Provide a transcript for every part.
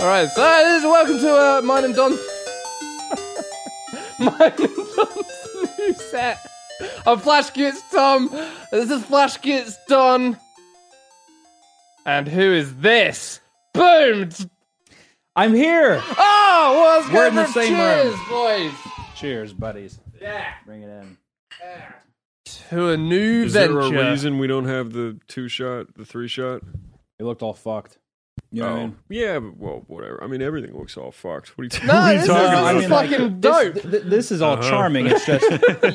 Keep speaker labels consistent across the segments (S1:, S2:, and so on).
S1: All right, so it is welcome to uh, mine and Don's mine and Don's new set. I'm Flash Gets Tom. This is Flash Gets Don. And who is this? Boom!
S2: I'm here.
S1: Oh, well, let's
S2: We're
S1: go
S2: in the
S1: for
S2: same
S1: cheers,
S2: room.
S1: boys.
S2: Cheers, buddies.
S1: Yeah.
S2: Bring it in.
S1: To a new
S3: Is there
S1: venture.
S3: a reason we don't have the two shot, the three shot? Oh.
S2: It looked all fucked. You know what I mean?
S3: yeah, but, well, whatever. I mean, everything looks all fucked. What are you, t-
S1: No,
S3: what are you
S1: this is-
S3: talking
S2: I
S3: about?
S2: mean, like,
S1: fucking
S2: this-
S1: dope.
S2: th- th- This, is
S3: Uh-huh.
S2: all charming. It's just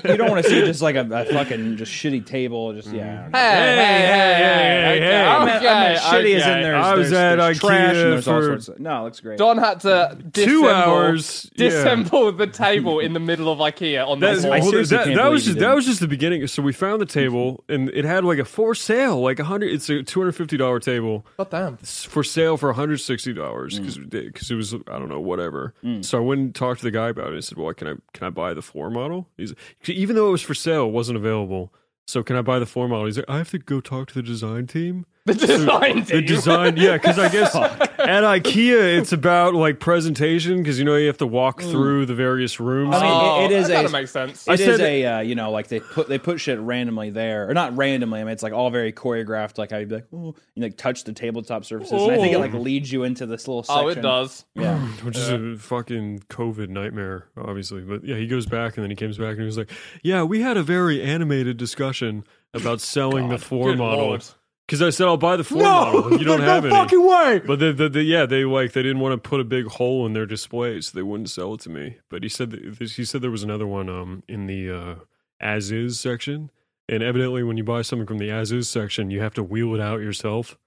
S2: you don't want to see just like a, a fucking just shitty table. Just yeah.
S1: Hey, hey, hey, hey,
S3: hey, hey.
S2: I meant, I meant
S1: okay,
S2: shitty as
S1: okay.
S2: in there's,
S3: I was
S2: there's,
S3: at
S2: there's trash and
S3: IKEA
S2: there's all
S3: for
S2: sorts. Of, no, it looks great.
S1: Don had to disassemble,
S3: hours, yeah.
S1: disassemble the table in the middle of IKEA on
S3: That,
S1: the wall.
S2: I
S3: well, there's
S2: seriously
S3: that,
S2: can't
S3: that was
S2: believe you
S3: just that
S2: didn't.
S3: was just the beginning. So we found the table, and it had like a for sale, like a hundred. It's a two hundred fifty dollar table
S1: God damn.
S3: s- for sale for one hundred sixty dollars because
S1: Mm.
S3: it was I don't know whatever. So I went and talked to the guy about it. I said, "Well, can I can I buy the floor model?" He's even though it was for sale, it wasn't available. So can I buy the floor model? He's like, "I have to go talk to the design team."
S1: The design
S3: The
S1: team.
S3: design, yeah, because I guess at IKEA it's about like presentation because you know you have to walk
S1: Mm.
S3: through the various rooms.
S2: I mean,
S1: Oh,
S2: it, it is
S1: that kinda
S2: a
S1: makes sense.
S2: It
S3: I
S2: is
S3: said-
S2: a uh, you know like they put they put shit randomly there or not randomly. I mean it's like all very choreographed. Like how you'd be like oh you like touch the tabletop surfaces. And I think it like leads you into this little. Section.
S1: Oh, it does.
S2: Yeah.
S3: which is a fucking COVID nightmare, obviously. But yeah, he goes back and then he comes back and he was like, "Yeah, we had a very animated discussion about selling the floor
S1: Good
S3: model
S1: lord.
S3: because I said I'll buy the floor model. You don't have any."
S2: way.
S3: But the, the, the, yeah, they like they didn't want to put a big hole in their display, so they wouldn't sell it to me. But he said that, he said there was another one um in the uh, as is section, and evidently when you buy something from the as is section, you have to wheel it out yourself.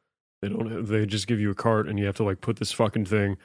S3: They don't. They just give you a cart, and you have to like put this fucking thing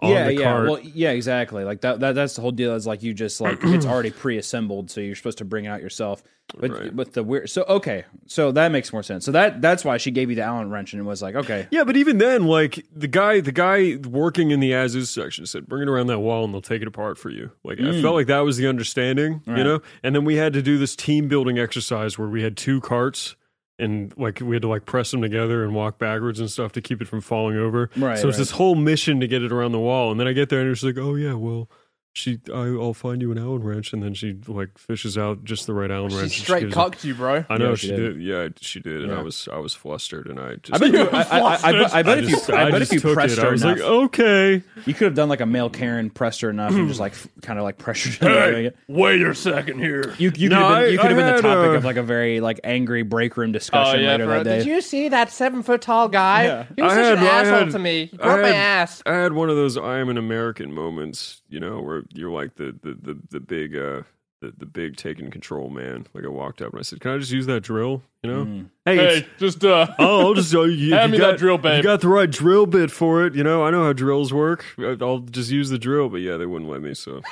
S3: on
S2: yeah,
S3: the
S2: yeah.
S3: cart.
S2: Well, yeah, exactly. Like that, that. That's the whole deal. Is like you just like it's already pre-assembled, so you're supposed to bring it out yourself. But
S3: Right.
S2: with the weird, so okay, so that makes more sense. So that that's why she gave you the Allen wrench and was like, okay,
S3: Yeah, but even then, like the guy, the guy working in the as is section said, "Bring it around that wall, and they'll take it apart for you." Like I felt like that was the understanding, you know. And then we had to do this team building exercise where we had two carts, and like we had to like press them together and walk backwards and stuff to keep it from falling over.
S2: Right,
S3: So
S2: right.
S3: it's this whole mission to get it around the wall, and then I get there and it's like, "Oh yeah, well." She, I, I'll find you an Allen wrench, and then she like fishes out just the right Allen
S1: She
S3: wrench. and
S1: straight
S3: gives it-
S1: cocked you, bro.
S3: I know
S2: Yeah,
S3: she,
S2: she
S3: did.
S2: did.
S3: Yeah, she did, and
S2: Yeah.
S3: I was, I was flustered, and I just.
S2: I bet you. I, I, I, I, I bet if you. I, bet if you pressed her
S3: I was
S2: enough,
S3: like, oh. okay,
S2: you could have done like a male Karen, pressed her enough, and just like kind of like pressured her. into doing it.
S1: Wait a second here.
S2: You, you
S3: No,
S2: could have been, you
S3: I-
S2: could have
S3: I
S2: been the
S3: had,
S2: topic
S3: uh,
S2: of like a very like angry break room
S1: Oh
S2: discussion
S1: yeah,
S2: later
S1: bro.
S2: that day.
S1: Did you see that seven foot tall guy?
S2: Yeah.
S1: He was
S3: I
S1: such
S3: had-
S1: an
S3: I
S1: asshole
S3: had-
S1: to me. He
S3: I
S1: broke my
S3: had-
S1: ass.
S3: I had one of those "I am an American" moments, you know, where you're like the the the, the big uh the, the big taking control man. Like I walked up and I said, "Can I just use that drill?" You know,
S1: Mm.
S3: hey, it's-
S1: just uh,
S3: oh, I'll just oh, you,
S1: Hand
S3: if
S1: me
S3: you
S1: that
S3: got,
S1: drill,
S3: if
S1: babe.
S3: You got the right drill bit for it. You know, I know how drills work. I- I'll just use the drill, but yeah, they wouldn't let me. So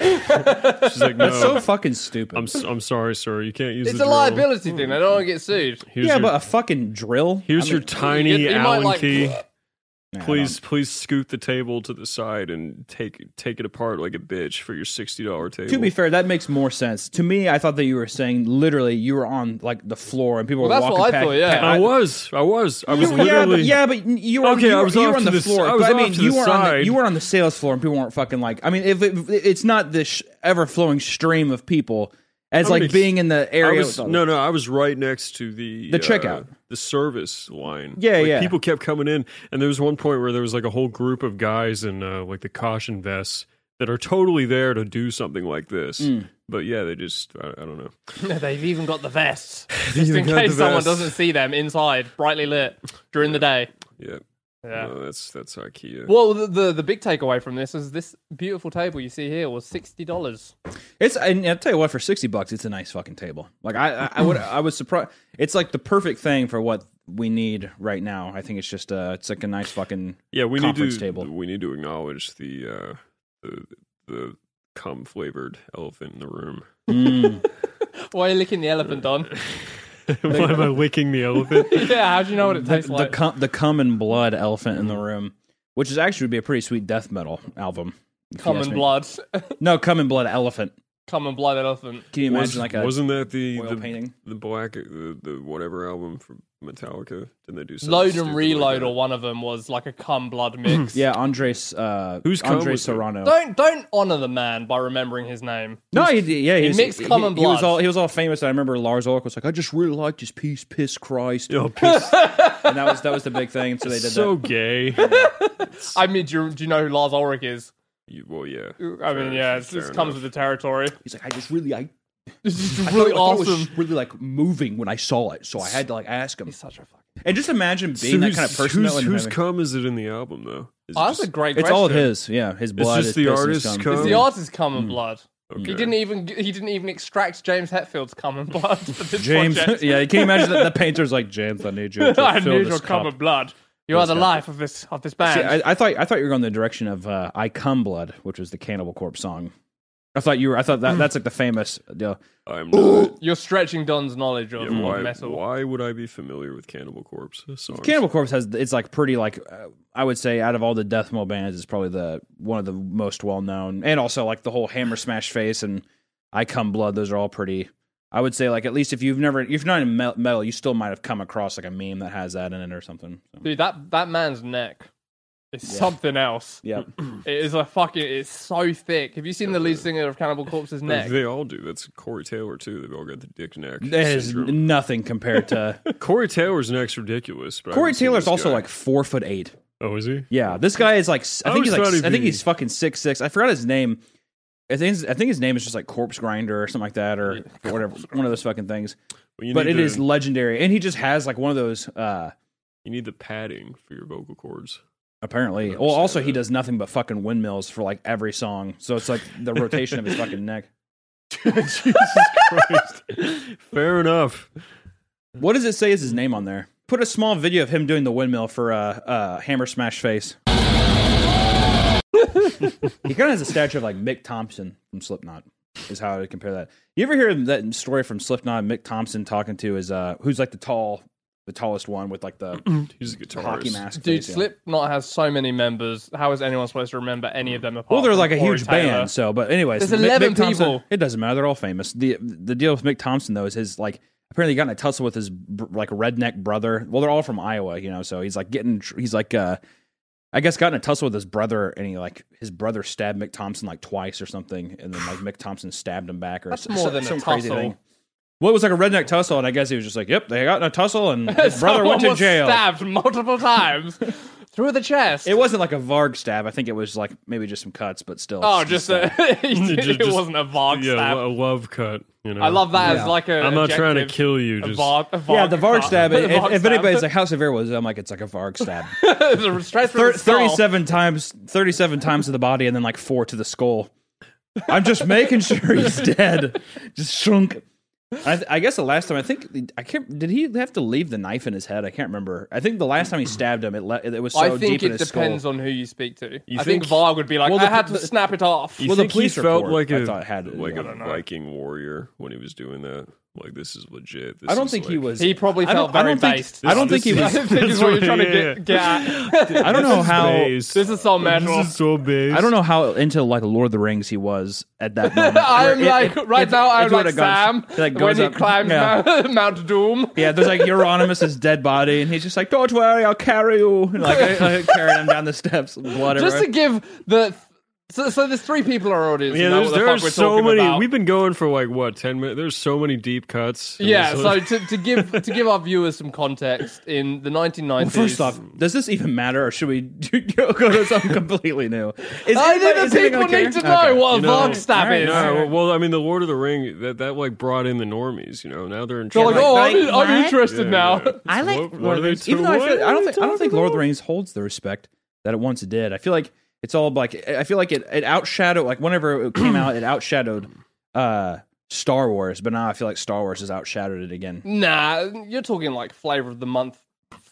S3: she's like, "No,
S2: That's so fucking stupid.
S3: I'm s- I'm sorry, sir. You can't use
S1: it's
S3: the
S1: a
S3: drill.
S1: liability thing. I don't want to get sued.
S3: Here's
S2: yeah,
S3: your-
S2: but a fucking drill.
S3: Here's your
S1: you
S3: tiny
S1: get- you might,
S3: Allen
S1: like-
S3: key.
S2: Nah, I
S3: Please, please scoot the table to the side and take take it apart like a bitch for your sixty dollar table.
S2: To be fair, that makes more sense. To me, I thought that you were saying literally you were on like the floor and
S1: Well,
S2: people were
S1: that's
S2: walking
S1: what I
S2: past-
S1: thought, yeah.
S2: past-
S3: I was, I was, I was
S2: You- yeah, but,
S3: literally.
S2: yeah, but you were
S3: Okay,
S2: you
S3: I
S2: were-
S3: was
S2: you
S3: off
S2: were on
S3: to
S2: the
S3: the s-
S2: floor.
S3: I
S2: but
S3: was
S2: I
S3: off
S2: mean,
S3: to
S2: you
S3: the
S2: were on the,
S3: side.
S2: you were on the sales floor and people weren't fucking like. I mean, if it, it's not this sh- ever flowing stream of people as
S3: I mean,
S2: like being in the
S3: I
S2: area.
S3: was
S2: with-
S3: no, no. I was right next to the uh,
S2: The checkout.
S3: the service line.
S2: Yeah,
S3: Like,
S2: yeah.
S3: People kept coming in, and there was one point where there was like a whole group of guys in uh, like the caution vests that are totally there to do something like this.
S2: Mm.
S3: But yeah, they just I, I don't know.
S1: They've even got the vests,
S3: They
S1: just
S3: even
S1: in
S3: got
S1: case
S3: the
S1: someone
S3: vests.
S1: doesn't see them inside, brightly lit during the day.
S3: Yeah,
S1: Yeah.
S3: No, that's that's IKEA.
S1: Well, the, the the big takeaway from this is this beautiful table you see here was sixty dollars.
S2: It's and I'll tell you what, for sixty bucks, it's a nice fucking table. Like I, I, I would, I was surprised. It's like the perfect thing for what we need right now. I think it's just uh it's like a nice fucking
S3: Yeah, we need to
S2: conference table.
S3: we need to acknowledge the uh, the the cum flavored elephant in the room.
S1: Why are you licking the elephant, Don?
S3: Why am I licking the elephant?
S1: yeah, how do you know what it
S2: the
S1: tastes
S2: the,
S1: like?
S2: cum, the cum and blood elephant in the room, which is actually would be a pretty sweet death metal album. if you ask
S1: Common
S2: me.
S1: blood,
S2: No, cum and blood elephant.
S1: common blood elephant.
S2: Can you imagine
S3: Was,
S2: like a
S3: wasn't that the
S2: oil
S3: the,
S2: painting?
S3: the black the, the whatever album from Metallica? Didn't they do something
S1: Load
S3: stupid
S1: and
S3: like
S1: reload,
S3: that?
S1: or one of them was like a cum blood mix.
S2: Yeah, Andres. Uh,
S3: Whose cum
S2: Andres
S3: was it?
S2: Serrano?
S1: Don't don't honor the man by remembering his name.
S2: No, he did. Yeah, he,
S1: He
S2: was-
S1: mixed cum and
S2: He was
S1: blood.
S2: all he was all famous. I remember Lars Ulrich was like, "I just really liked his piece, piss Christ,"
S3: Oh, piss.
S2: and that was that was the big thing. And so they did
S3: so
S2: that.
S3: gay.
S1: I mean, do you, do you know who Lars Ulrich is?
S3: You- well, yeah.
S1: I mean, yeah, it
S3: fair
S1: just comes with the territory.
S2: He's like, "I just really, I
S1: It's just
S2: I
S1: really
S2: thought- I thought it was
S1: awesome.
S2: really like moving when I saw it, so I had to like ask him.
S1: Such a fucking.
S2: And just imagine being that kind of person.
S3: Who's,
S2: that would
S3: who's
S2: have-
S3: cum is it in the album though? Is it
S1: Oh, that's
S3: just-
S1: a great.
S2: it's
S1: question.
S2: all of his. Yeah, his blood. his
S3: just the
S2: piss, his
S3: artist's
S2: cum.
S3: cum.
S1: It's the artist's cum and blood.
S3: okay.
S1: Hmm. He didn't even he didn't even extract James Hetfield's cum and blood for this
S2: James,
S1: project.
S2: yeah, you can imagine that the painter's like James. I need you to
S1: I
S2: fill
S1: need
S2: this
S1: your cum
S2: cup."
S1: and blood. You are the
S2: cup.
S1: life of this of this
S2: See,
S1: band.
S2: I, I thought I thought you were going the direction of uh, "I Come Blood," which was the Cannibal Corpse song. I thought you were. I thought that that's like the famous. Uh,
S3: I'm not.
S1: You're stretching Don's knowledge of,
S3: Yeah,
S1: of
S3: why,
S1: metal.
S3: why would I be familiar with Cannibal Corpse songs?
S2: Cannibal Corpse has it's like pretty like uh, I would say out of all the death metal bands, it's probably the one of the most well known, and also like the whole Hammer Smash Face and I Come Blood. Those are all pretty. I would say like at least if you've never if you're not in me- metal, you still might have come across like a meme that has that in it or something. So,
S1: Dude, that that man's neck is something else.
S2: yeah,
S1: It is a fucking. It's so thick. Have you seen the lead singer of Cannibal Corpse's neck?
S3: They all do. That's Corey Taylor too. They've all got the dick neck.
S2: that is
S3: syndrome.
S2: nothing compared to
S3: Corey Taylor's neck's ridiculous. But I
S2: Corey
S3: haven't seen
S2: Taylor's
S3: this
S2: also
S3: guy.
S2: like four foot eight.
S3: Oh, is he?
S2: Yeah, this guy is like s- I
S3: I
S2: think he's like
S3: always thought
S2: s-
S3: he'd
S2: I think
S3: be-
S2: he's fucking six six. I forgot his name. I think his- I think his name is just like Corpse Grinder or something like that or whatever one of those fucking things.
S3: Well, you
S2: but
S3: need
S2: it
S3: the,
S2: is legendary, and he just has like one of those. uh
S3: You need the padding for your vocal cords.
S2: Apparently,
S3: I
S2: well, also he
S3: understand that.
S2: does nothing but fucking windmills for like every song, so it's like the rotation of his fucking neck.
S3: Jesus Christ. Fair enough.
S2: What does it say is his name on there? Put a small video of him doing the windmill for uh, uh, Hammer Smash Face. he kind of has a stature of like Mick Thompson from Slipknot. Is how I would compare that. You ever hear that story from Slipknot? Mick Thompson talking to his uh, who's like the tall, the tallest one with like the
S3: He's a guitarist.
S2: hockey mask.
S1: Dude,
S2: face, yeah.
S1: Slipknot has so many members. How is anyone supposed to remember any of them apart?
S2: Well, they're like a
S1: from Corey
S2: huge
S1: Taylor?
S2: band, so but anyways,
S1: There's
S2: Mick-
S1: 11
S2: Mick Thompson-
S1: people.
S2: It doesn't matter; they're all famous. the The deal with Mick Thompson though is his like apparently got in a tussle with his br- like redneck brother. Well, they're all from Iowa, you know, so he's like getting tr- he's like uh I guess got in a tussle with his brother, and he like his brother stabbed Mick Thompson like twice or something, and then like Mick Thompson stabbed him back or
S1: That's
S2: some,
S1: more than a
S2: some crazy
S1: tussle.
S2: thing. Well, it was like a redneck tussle, and I guess he was just like, "Yep, they got in a tussle, and his brother
S1: Someone
S2: went to
S1: was
S2: jail."
S1: Stabbed multiple times through the chest.
S2: It wasn't like a Varg stab. I think it was like maybe just some cuts, but still.
S1: oh,
S2: it's
S1: just a, he did- it
S3: Just- just-
S1: wasn't a Varg
S3: Yeah,
S1: stab.
S3: lo- a love cut. You know,
S1: I love that
S2: Yeah.
S1: as like a.
S3: I'm not trying to
S1: adjective.
S3: kill you.
S1: A
S3: Just
S1: Varg, a Varg
S2: Yeah, the Varg
S1: cut.
S2: stab.
S1: The
S2: if,
S1: Varg
S2: if
S1: stab.
S2: anybody's like, how severe was it? I'm like, it's like a Varg stab.
S1: It's a straight through
S2: Thir-
S1: the skull.
S2: 37 times, 37 times to the body, and then like four to the skull. I'm just making sure he's dead. Just shrunk. I, th- I guess the last time I think I can't. Did he have to leave the knife in his head? I can't remember. I think the last time he stabbed him, it le- it was so
S1: I think
S2: deep in
S1: it
S2: his
S1: depends
S2: skull.
S1: on who you speak to.
S3: You
S1: I think,
S3: think-
S1: Varg would be like,
S2: Well,
S1: I
S2: the-
S1: had to
S2: the-
S1: snap it off.
S3: You
S2: Well, the
S3: think
S2: police
S3: he felt
S2: report,
S3: like
S2: I
S3: a
S2: thought had it,
S3: like
S2: yeah. I
S3: a
S1: don't know.
S3: Viking warrior when he was doing that. Like this is legit. This
S2: I don't
S3: is
S2: think he
S3: like-
S2: was.
S1: He probably
S2: I don't-
S1: felt
S2: I
S1: very
S2: don't think-
S1: based.
S2: I don't
S3: This
S2: think he
S1: I
S2: was.
S1: think is
S3: That's
S1: what you're
S3: what-
S1: trying to
S3: yeah,
S1: get, get at.
S2: I don't know how.
S3: Based.
S1: this is so metal.
S3: This is so based.
S2: I don't know how into like Lord of the Rings he was at that moment.
S1: I'm
S2: Where it-
S1: like,
S2: it-
S1: right
S2: it-
S1: now,
S2: it
S1: I'm like
S2: would've gone-
S1: Sam when
S2: goes
S1: he
S2: up-
S1: climbs
S2: yeah.
S1: Mount, Mount Doom.
S2: Yeah, there's like Euronymous' dead body, and he's just like, "Don't worry, I'll carry you." And like I, I carried him down the steps, blood
S1: Just to
S2: everywhere.
S1: give the. So, so there's three people in our audience. who
S3: Yeah,
S1: know
S3: there's,
S1: what the
S3: there
S1: fuck
S3: are
S1: we're
S3: so
S1: talking
S3: many.
S1: about.
S3: We've been going for like what ten minutes. There's so many deep cuts. It
S1: Yeah,
S3: was
S1: so
S3: like-
S1: to, to give to give our viewers some context, in the 1990s,
S2: First off, does this even matter, or should we do- go to something completely new? Is
S1: I
S2: anybody-
S1: think
S2: is
S1: the
S2: anybody
S1: people
S2: gonna care?
S1: need to know
S2: Okay.
S1: what a
S3: You know,
S1: Varg stab
S2: alright,
S1: is.
S2: alright.
S3: no, well, I mean, the Lord of the Ring that that like brought in the normies. You know, now they're in.
S1: They're like,
S3: trouble.
S1: oh,
S2: like,
S1: I'm, I'm
S2: what?
S1: interested
S3: Yeah,
S1: now.
S3: yeah.
S2: I like
S3: What- what
S2: Lord
S3: are
S2: of
S3: they
S2: the Rings, even though
S3: to-
S2: I, feel, I don't
S3: what
S2: think
S3: are they
S2: I don't think
S3: talking
S2: Lord of the Rings holds the respect that it once did. I feel like it's all like I feel like it it outshadowed like whenever it came out, it outshadowed uh, Star Wars, but now I feel like Star Wars has outshadowed it again.
S1: Nah, you're talking like flavor of the month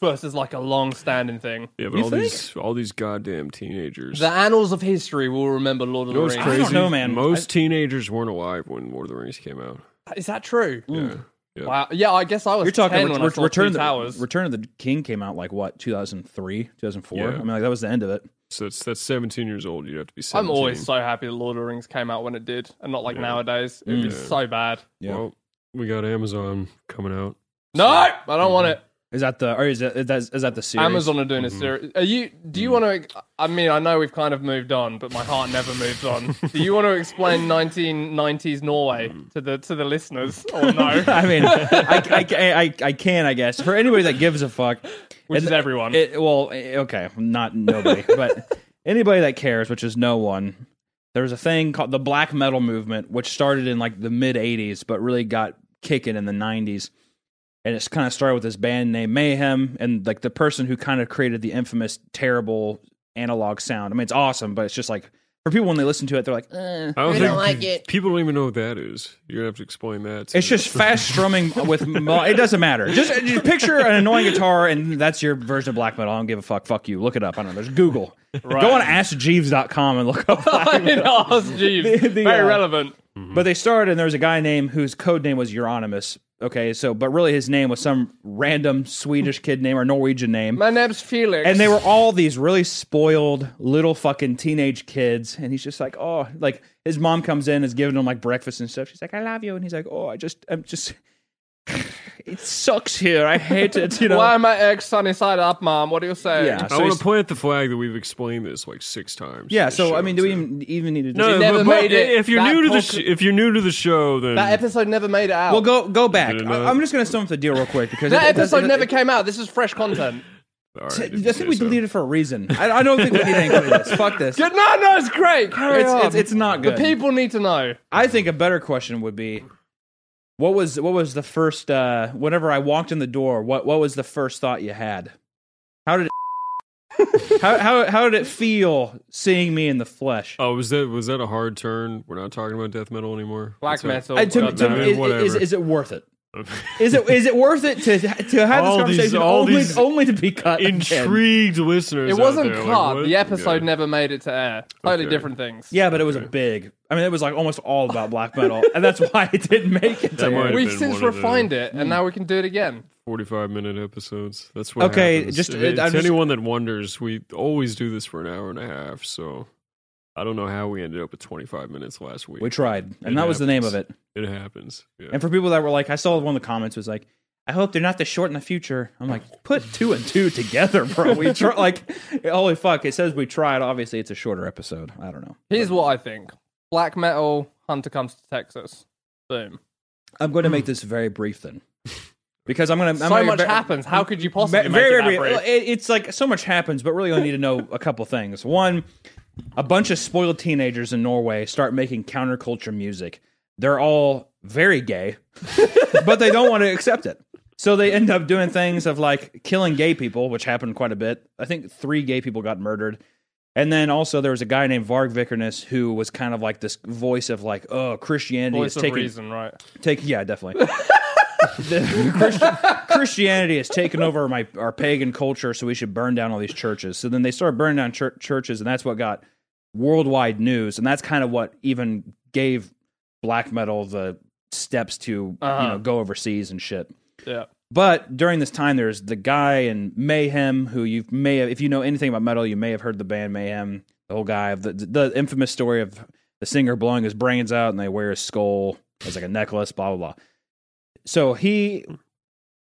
S1: versus like a long-standing thing.
S3: Yeah, but
S2: "Oh, You
S3: all
S2: think?
S3: these all these goddamn teenagers.
S1: The annals of history will remember Lord of
S3: You know
S1: the Rings.
S3: what's
S2: I
S3: crazy?
S2: don't know, man.
S3: Most teenagers weren't alive when Lord of the Rings came out.
S1: Is that true?
S2: Hmm.
S1: Mm.
S3: Yeah. Yeah.
S1: Wow. Yeah, I guess I was.
S2: You're talking
S1: 10
S2: ret-
S1: when
S2: ret-
S1: I saw
S2: Return
S1: Two
S2: of the
S1: Towers.
S2: Return of the King came out like what 2003, 2004.
S3: Yeah.
S2: I mean, like that was the end of it.
S3: So that's that's 17 years old. You'd have to be 17.
S1: I'm always so happy the Lord of the Rings came out when it did, and not like
S3: Yeah.
S1: nowadays. It
S2: Mm.
S1: was so bad.
S2: Yeah.
S3: Well, we got Amazon coming out.
S1: No, I don't want it.
S2: Is that the or is that is that, is that the series?
S1: Amazon are doing a series. Are you? Do you want to? I mean, I know we've kind of moved on, but my heart never moves on. do you want to explain 1990s Norway to the to the listeners or no?
S2: I mean, I, I, I, I can, I guess, for anybody that gives a fuck,
S1: Which
S2: And
S1: is everyone.
S2: It, well, eh, okay, not nobody, but anybody that cares, which is no one. There was a thing called the black metal movement, which started in like the mid '80s, but really got kicking in the '90s. And it's kind of started with this band named Mayhem, and like the person who kind of created the infamous terrible analog sound. I mean, it's awesome, but it's just like for people when they listen to it, they're like, eh.
S3: I don't,
S4: don't like
S3: it. People don't even know what that is. You're gonna have to explain that. to
S2: It's
S3: them.
S2: just fast strumming with. Mo- it doesn't matter. Just, just picture an annoying guitar, and that's your version of black metal. I don't give a fuck. Fuck you. Look it up. I don't know. There's Google. Go on AskJeeves.com and look up.
S1: I
S2: Black
S1: mean,
S2: metal.
S1: ask Jeeves.
S2: The- the,
S1: Very
S2: uh,
S1: relevant.
S2: But they started, and there was a guy named whose code name was Euronymous. Okay, so but really his name was some random Swedish kid name or Norwegian name.
S1: My name's Felix.
S2: And they were all these really spoiled little fucking teenage kids. And he's just like, oh, like his mom comes in, is giving him like breakfast and stuff. She's like, I love you. And he's like, oh, I just, I'm just, it sucks here. I hate it. You know?
S1: Why am I eggs sunny side up, mom? What do you say?
S2: yeah.
S3: I
S2: So
S3: want
S2: he's-
S3: to point at the flag that we've explained this like six times.
S2: yeah.
S3: This
S2: So,
S3: show,
S2: I mean, do we even, even need to?
S3: No,
S1: never
S3: but,
S1: made
S3: but
S1: it.
S3: if you're
S1: That
S3: new to the
S1: podcast-
S3: sh- if you're new to the show, then
S1: That episode never made it out.
S2: Well, go go back.
S3: Did it
S2: I,
S3: not?
S2: I'm just going to stump the deal real quick because
S1: that
S2: it- it-
S1: episode
S2: it-
S1: never
S2: it-
S1: came out. This is fresh content.
S3: All right,
S2: I
S3: if you say
S2: think we
S3: so.
S2: deleted it for a reason. I, I don't think we need anything for this. Fuck this.
S1: No, no, it's great. Carry
S2: It's,
S1: on.
S2: it's, it's not
S1: the
S2: good.
S1: people need to know.
S2: I think a better question would be what was what was the first uh whenever I walked in the door, what what was the first thought you had? How did it how, how how did it feel seeing me in the flesh?
S3: Oh, was that was that a hard turn? We're not talking about death metal anymore.
S1: Black metal.
S2: I, to,
S1: well
S2: to,
S1: done.
S3: no,
S2: is,
S3: whatever.
S2: is, is it worth it? Is it is it worth it to to have
S3: All
S2: this
S3: these-
S2: conversation
S3: all
S2: only,
S3: these
S2: only to be cut? again?
S3: Intrigued listeners.
S1: It
S3: out
S1: wasn't
S3: there, like,
S1: cut.
S3: what?
S1: the episode
S3: Okay.
S1: never made it to air. Totally
S3: Okay.
S1: different things.
S2: Yeah, but it was a big. I mean, it was like almost all about black metal, and that's why it didn't make it.
S3: That
S2: to air.
S3: might-
S1: We've
S3: been
S1: since
S3: one of
S1: refined it, and now we can do it again.
S3: forty-five minute episodes. That's what.
S2: Okay,
S3: happens.
S2: just-
S3: If-
S2: I'm
S3: to
S2: just-
S3: anyone that wonders, we always do this for an hour and a half. So I don't know how we ended up with twenty-five minutes last week.
S2: We tried, and
S3: It
S2: that was the name of it.
S3: happens. it happens. Yeah.
S2: And for people that were like, I saw one of the comments was like, I hope they're not that short in the future. I'm like, put two and two together, bro. We try, like, holy fuck, it says we tried. Obviously, it's a shorter episode. I don't know.
S1: Here's what I think: black metal. Hunter comes to Texas. Boom.
S2: I'm going to make this very brief then, because I'm going to. I'm
S1: so
S2: gonna
S1: much
S2: ver-
S1: happens. How could you
S2: ve-
S1: possibly make
S2: very,
S1: it that
S2: very brief.
S1: brief?
S2: Well, it- It's like so much happens, but really, I need to know a couple things. One, a bunch of spoiled teenagers in Norway start making counterculture music. They're all very gay, but they don't want to accept it. So they end up doing things of like killing gay people, which happened quite a bit. I think three gay people got murdered. And then also there was a guy named Varg Vikernes who was kind of like this voice of like, oh, Christianity
S1: Voice
S2: is
S1: of
S2: taking
S1: reason, right?
S2: Take yeah, definitely. The- Christi- Christianity has taken over my our pagan culture, so we should burn down all these churches. So then they started burning down chur- churches, and that's what got worldwide news, and that's kind of what even gave black metal the steps to
S1: Uh-huh.
S2: you know go overseas and shit.
S1: Yeah.
S2: But during this time, there's the guy in Mayhem who you may have, if you know anything about metal, you may have heard the band Mayhem. The whole guy, the, the infamous story of the singer blowing his brains out and they wear his skull as like a necklace, blah, blah, blah. So he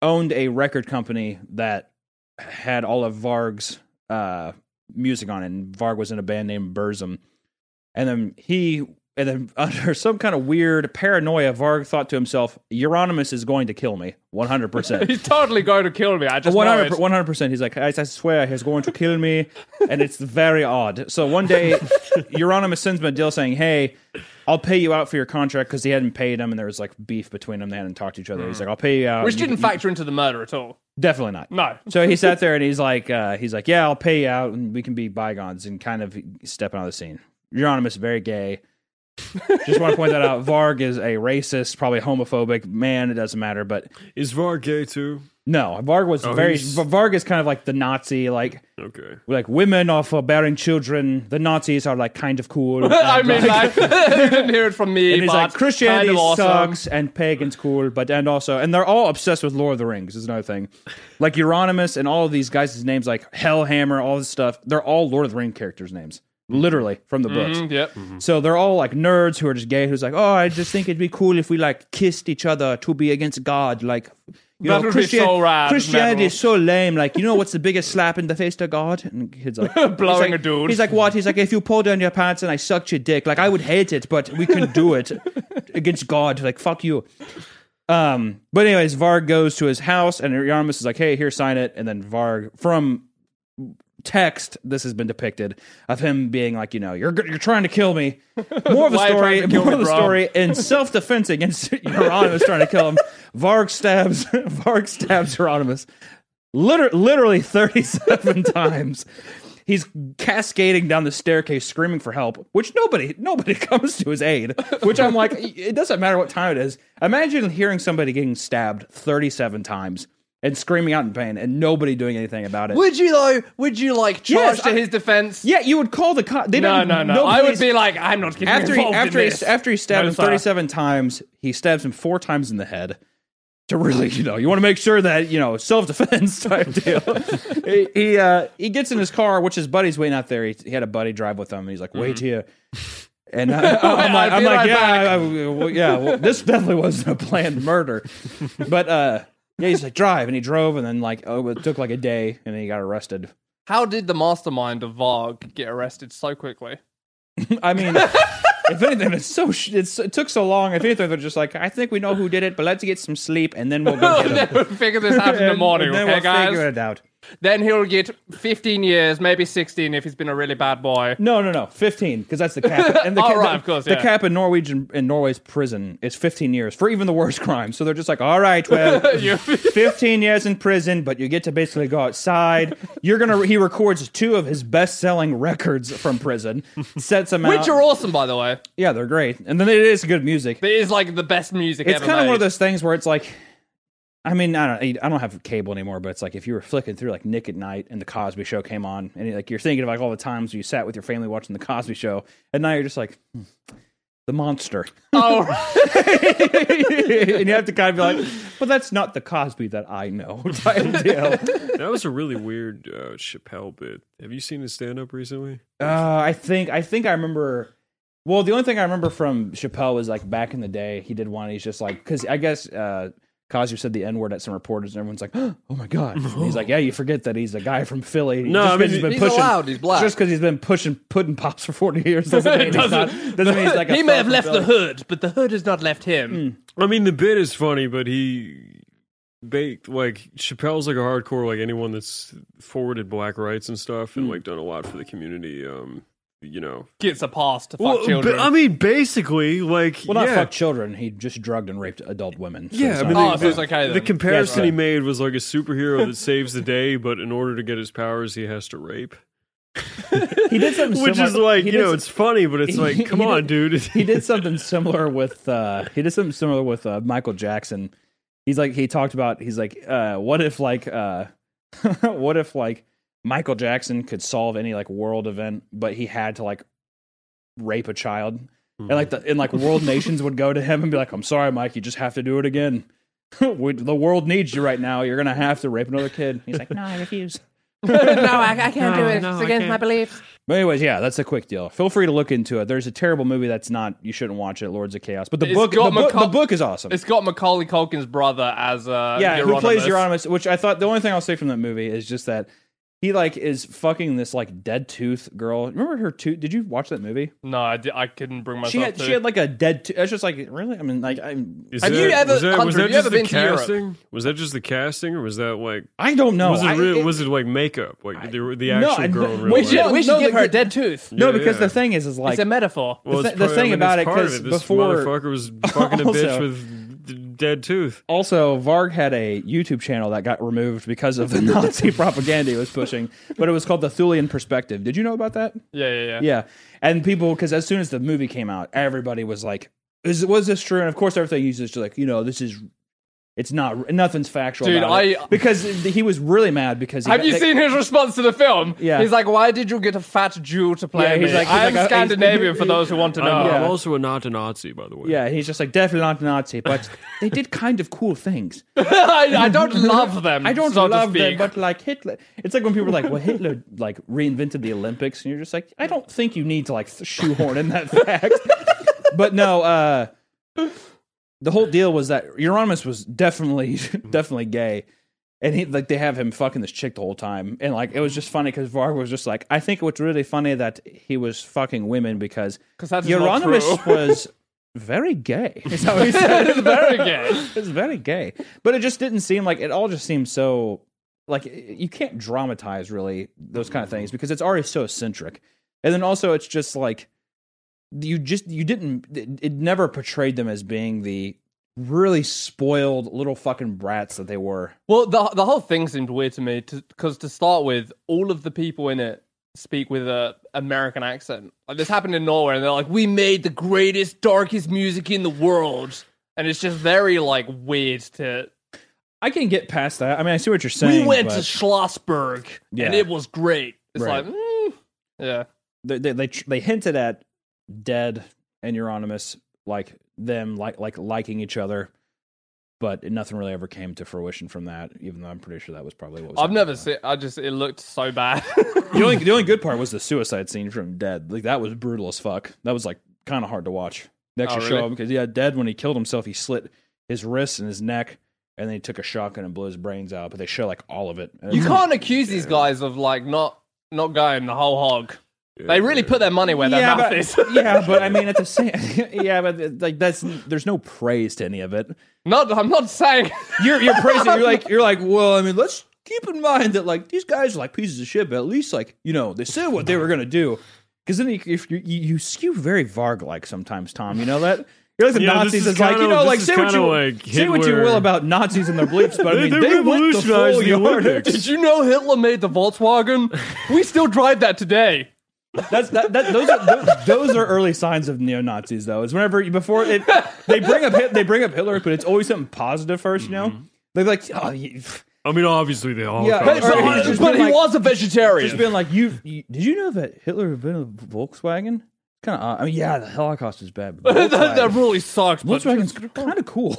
S2: owned a record company that had all of Varg's uh, music on it. And Varg was in a band named Burzum. And then he, and then under some kind of weird paranoia, Varg thought to himself, Euronymous is going to kill me 100%.
S1: He's totally going to kill me. I just know it.
S2: 100 percent. He's like, I, I swear, he's going to kill me, and it's very odd. So one day, Euronymous sends him a deal saying, "Hey, I'll pay you out for your contract because he hadn't paid him, and there was like beef between them. They hadn't talked to each other. He's like, I'll pay you out,
S1: Which
S2: You-
S1: didn't
S2: you-
S1: factor into the murder at all.
S2: definitely not.
S1: No.
S2: So he sat there and he's like, uh, he's like, yeah, I'll pay you out, and we can be bygones and kind of step out of the scene. Euronymous, very gay. Just want to point that out. Varg is a racist, probably homophobic man. It doesn't matter, but
S3: is Var gay too?
S2: no, Varg was
S3: Oh,
S2: very.
S3: he's-
S2: Varg is kind of like the Nazi, like
S3: Okay.
S2: like women are for bearing children. The Nazis are like kind of cool.
S1: I
S2: And,
S1: mean, like,
S2: like,
S1: you didn't hear it from me,
S2: and he's
S1: but
S2: like Christianity
S1: kind of awesome.
S2: sucks and pagans cool, but and also and they're all obsessed with Lord of the Rings is another thing. Like Euronymous and all of these guys' names like Hellhammer, all this stuff. They're all Lord of the Ring characters' names. literally from the books.
S1: Mhm, yep.
S2: Mm-hmm. So they're all like nerds who are just gay, who's like, oh, I just think it'd be cool if we like kissed each other to be against God. Like, you
S1: That
S2: know,
S1: would be so rad, metal.
S2: Christianity is so lame. Like, you know what's the biggest slap in the face to God? And the kid's like, he's
S1: Blowing
S2: like-
S1: a dude.
S2: He's like, what? He's like, if you pull down your pants and I sucked your dick, like, I would hate it, but we can do it against God. Like, fuck you. Um, but anyways, Varg goes to his house, and Yarmus is like, "Hey, here, sign it." And then Varg, from text, this has been depicted of him being like, "You know, you're you're trying to kill me." More of a
S1: Why you
S2: story,
S1: trying to kill
S2: more
S1: me,
S2: of a
S1: bro?
S2: story in self defense against Euronymous trying to kill him. Varg stabs Varg stabs Euronymous, liter- literally thirty seven times. He's cascading down the staircase, screaming for help, which nobody nobody comes to his aid. Which I'm like, it doesn't matter what time it is. Imagine hearing somebody getting stabbed thirty seven times and screaming out in pain, and nobody doing anything about it.
S1: Would you though? Would you like charge
S2: Yes,
S1: to
S2: I-
S1: his defense?
S2: Yeah, you would call the cop. They
S1: No,
S2: don't,
S1: no, no. I would be like, I'm not getting
S2: after he,
S1: involved
S2: after
S1: in
S2: he,
S1: this.
S2: after he stabbed
S1: No,
S2: him
S1: sir.
S2: 37 times, he stabs him four times in the head. To really, you know, you want to make sure that you know self defense type deal. he he, uh, he gets in his car, which his buddy's waiting out there. He, he had a buddy drive with him. And he's like, wait here. And I, I'm like,
S1: Mm-hmm. I'll
S2: I'm
S1: be
S2: like,
S1: right
S2: yeah,
S1: back."
S2: I- I- well, yeah. Well, this definitely wasn't a planned murder, but uh, yeah, he's like drive, and he drove, and then like, oh, it took like a day, and then he got arrested.
S1: How did the mastermind of Varg get arrested so quickly?
S2: I mean, if anything, it's so sh- it's, it took so long. If anything, they're just like, I think we know who did it, but let's get some sleep and then we'll go get
S1: We'll
S2: him.
S1: never figure this out in the
S2: And-
S1: morning,
S2: and then
S1: okay,
S2: we'll
S1: guys?
S2: figure it out.
S1: Then he'll get 15 years, maybe 16 if he's been a really bad boy.
S2: No, no, no, fifteen because that's the cap. And the
S1: All
S2: cap,
S1: right,
S2: the,
S1: of course,
S2: the
S1: yeah.
S2: cap in Norwegian in Norway's prison is fifteen years for even the worst crime. So they're just like, all right, well,
S1: You-
S2: fifteen years in prison, but you get to basically go outside. You're gonna. He records two of his best-selling records from prison, sets them out.
S1: Which are awesome, by the way.
S2: yeah, they're great, and then it is good music.
S1: It is like the best music
S2: it's
S1: ever.
S2: kind of one of
S1: made.
S2: those things where it's like i mean i don't i don't have cable anymore but it's like if you were flicking through like nick at night and the cosby show came on and like you're thinking of like all the times you sat with your family watching the cosby show and now you're just like hmm, the monster
S1: Oh, right.
S2: and you have to kind of be like well that's not the cosby that i know type deal.
S3: That was a really weird uh, Chappelle bit. Have you seen his stand up recently?
S2: Uh, I think I think I remember. Well, the only thing I remember from Chappelle was like back in the day he did one. He's just like because I guess uh, Cosby said the n word at some reporters, and everyone's like, "Oh my god!" And he's like, "Yeah, you forget that he's a guy from Philly.
S3: No, I
S2: 'cause
S3: mean,
S1: he's allowed, he's black.
S2: Just because he's been pushing pudding pops for forty years doesn't mean he's not. Doesn't mean he's like a Hmm.
S1: he
S2: thug
S1: may have
S2: from
S1: left the
S2: Philly.
S1: hood, but the hood has not left him.
S3: I mean, the bit is funny, but he baked like Chappelle's like a hardcore like anyone that's forwarded black rights and stuff,
S2: Hmm.
S3: and like done a lot for the community. Um, you know,
S1: Gets a pass to fuck
S3: Well,
S1: children.
S3: ba- I mean, basically, like
S2: Well, not
S3: yeah,
S2: fuck children. He just drugged and raped adult women. So
S3: yeah.
S2: it's
S3: I
S2: not-
S3: mean,
S1: Oh,
S3: the-
S1: so it's okay
S3: the
S1: then.
S3: comparison
S2: Yeah,
S3: he
S2: right.
S3: made was like a superhero that saves the day, but in order to get his powers, he has to rape,
S2: he did something
S3: which is
S2: similar-
S3: like
S2: he
S3: you
S2: did
S3: know,
S2: some-
S3: it's funny, but it's
S2: he
S3: like, come
S2: did-
S3: on, dude.
S2: he did something similar with uh he did something similar with uh michael jackson he's like he talked about he's like uh what if like uh what if like michael jackson could solve any like world event but he had to like rape a child and like the and like world nations would go to him and be like i'm sorry mike you just have to do it again We- the world needs you right now you're gonna have to rape another kid he's like no i refuse
S4: no, I, I can't do it. it's against my beliefs.
S2: but anyways yeah that's a quick deal feel free to look into it there's a terrible movie that's not you shouldn't watch it lords of chaos but the
S1: It's
S2: book the,
S1: got
S2: book
S1: Maca-
S2: the book is awesome
S1: it's got Macaulay Culkin's brother as uh,
S2: yeah, who
S1: Euronymous.
S2: plays Euronymous? Which I thought the only thing I'll say from that movie is just that he like is fucking this like dead tooth girl. Remember her tooth? Did you watch that movie?
S1: No, I, di- I couldn't bring myself
S2: She had
S1: to.
S2: she had like a dead tooth. It's just like really. I mean, e-, like I'm.
S3: Is
S1: Have
S3: that-
S1: you ever-
S3: was that, was
S1: Hunter,
S3: that
S1: have you
S3: just
S1: ever
S3: the
S1: been to Europe?
S3: casting? Was that just the casting, or was that like
S2: I don't know.
S3: was it
S2: Oh, I-
S3: real?
S2: it-
S3: was it like makeup? Like the, the
S2: No,
S3: actual
S2: I-
S3: girl in
S2: we
S3: real
S1: we
S3: life?
S1: should,
S2: No,
S1: we should
S2: no,
S1: give
S2: the-
S1: her a dead tooth.
S2: no,
S3: Yeah,
S2: because
S3: yeah.
S2: the thing is, is like
S1: it's a metaphor.
S2: the
S3: it's
S2: thi- the thing
S3: it's
S2: about it,
S3: part of
S2: 'cause
S3: This
S2: before-
S3: motherfucker was fucking a bitch
S2: Also-
S3: with d- dead tooth.
S2: Also, Varg had a YouTube channel that got removed because of the Nazi propaganda he was pushing, but it was called the Thulian Perspective. Did you know about that?
S1: Yeah, yeah, yeah.
S2: Yeah, and people because as soon as the movie came out, everybody was like, "Is was this true?" And of course, everything uses to like you know this is It's not nothing's factual,
S1: Dude,
S2: about it.
S1: I- uh,
S2: because he was really mad because he
S1: Have
S2: got-
S1: you
S2: they-
S1: seen his response to the film?
S2: Yeah.
S1: He's like, why did you get a fat Jew to play
S2: Yeah,
S1: me?
S2: he's like- uh, he's
S1: I am
S2: like a- he's-
S1: Scandinavian for those who want to
S3: Uh, I'm,
S1: know.
S3: I'm
S2: Yeah.
S3: also a not a Nazi, by the way.
S2: Yeah, he's just like definitely not Nazi, but they did kind of cool things.
S1: I, I don't love them.
S2: I don't
S1: so to
S2: love them,
S1: speak.
S2: but like Hitler, it's like when people are like, "Well, Hitler like reinvented the Olympics," and you're just like, "I don't think you need to like shoehorn in that fact." but no, uh the whole deal was that Euronymous was definitely definitely gay. And he like they have him fucking this chick the whole time, and like it was just funny because Varg was just like, I think it was really funny that he was fucking women because
S1: 'Cause that's not
S2: Euronymous
S1: true.
S2: was very gay. Is how he said it.
S1: very gay.
S2: It's very gay, but it just didn't seem like it all. Just seemed so like you can't dramatize really those kind of things because it's already so eccentric, and then also it's just like you just you didn't it, it never portrayed them as being the really spoiled little fucking brats that they were.
S1: Well, the the whole thing seemed weird to me because to start with, all of the people in it speak with a American accent. Like this happened in Norway, and they're like, "We made the greatest, darkest music in the world," and it's just very like weird to.
S2: I can get past that. I mean, I see what you're saying.
S1: We went
S2: but
S1: to Schlossberg,
S2: Yeah.
S1: and it was great. It's
S2: Right.
S1: like, mm, yeah,
S2: they they, they tr- they hinted at dead and Euronymous like them like like liking each other. But nothing really ever came to fruition from that, even though I'm pretty sure that was probably what was.
S1: I've
S2: happening.
S1: never seen. I just it looked so bad.
S2: the only the only good part was the suicide scene from Dead. Like that was brutal as fuck. That was like kind of hard to watch. They actually
S1: Oh,
S2: show
S1: really?
S2: him because yeah, Dead when he killed himself, he slit his wrists and his neck, and then he took a shotgun and blew his brains out. But they show like all of it. And
S1: you
S2: it's-
S1: can't accuse these guys of like not not going the whole hog. They really put their money where their
S2: yeah,
S1: mouth
S2: but,
S1: is.
S2: yeah, but I mean at the same. Yeah, but like that's there's no praise to any of it.
S1: Not, I'm not saying.
S2: you're you're praising. You're like you're like. Well, I mean, let's keep in mind that like these guys are like pieces of shit, but at least like you know they said what they were gonna do. Because then you, if you, you you skew very Varg like sometimes, Tom. You know that. You're like the
S3: Yeah, this
S2: Nazis
S3: is
S2: is like you
S3: kinda-
S2: know
S3: this
S2: like
S3: is
S2: say what
S3: kinda
S2: you
S3: like
S2: say what you
S3: Hitler.
S2: will about Nazis and their beliefs, but I mean
S3: They- they
S2: they, went the
S3: revolutionized
S2: full
S3: the
S2: yard.
S3: Olympics.
S1: Did you know Hitler made the Volkswagen? We still drive that today.
S2: That's that, that those are those, those are early signs of neo Nazis though. Is whenever you- before it they bring up Hit- they bring up Hitler, but it's always something positive first. You
S3: Mm-hmm.
S2: know they're like oh. You,
S3: I mean, obviously they all.
S2: Yeah,
S1: But,
S2: Or
S1: but-
S2: he's just
S1: but
S2: been
S1: he
S2: like-
S1: was a vegetarian.
S2: just been like, you, you did you know that Hitler had been a Volkswagen? Kind of, odd. I mean, yeah, the Holocaust is bad, but
S1: that, that
S2: Volkswagen,
S1: really sucks. But
S2: Volkswagen's kind of cool.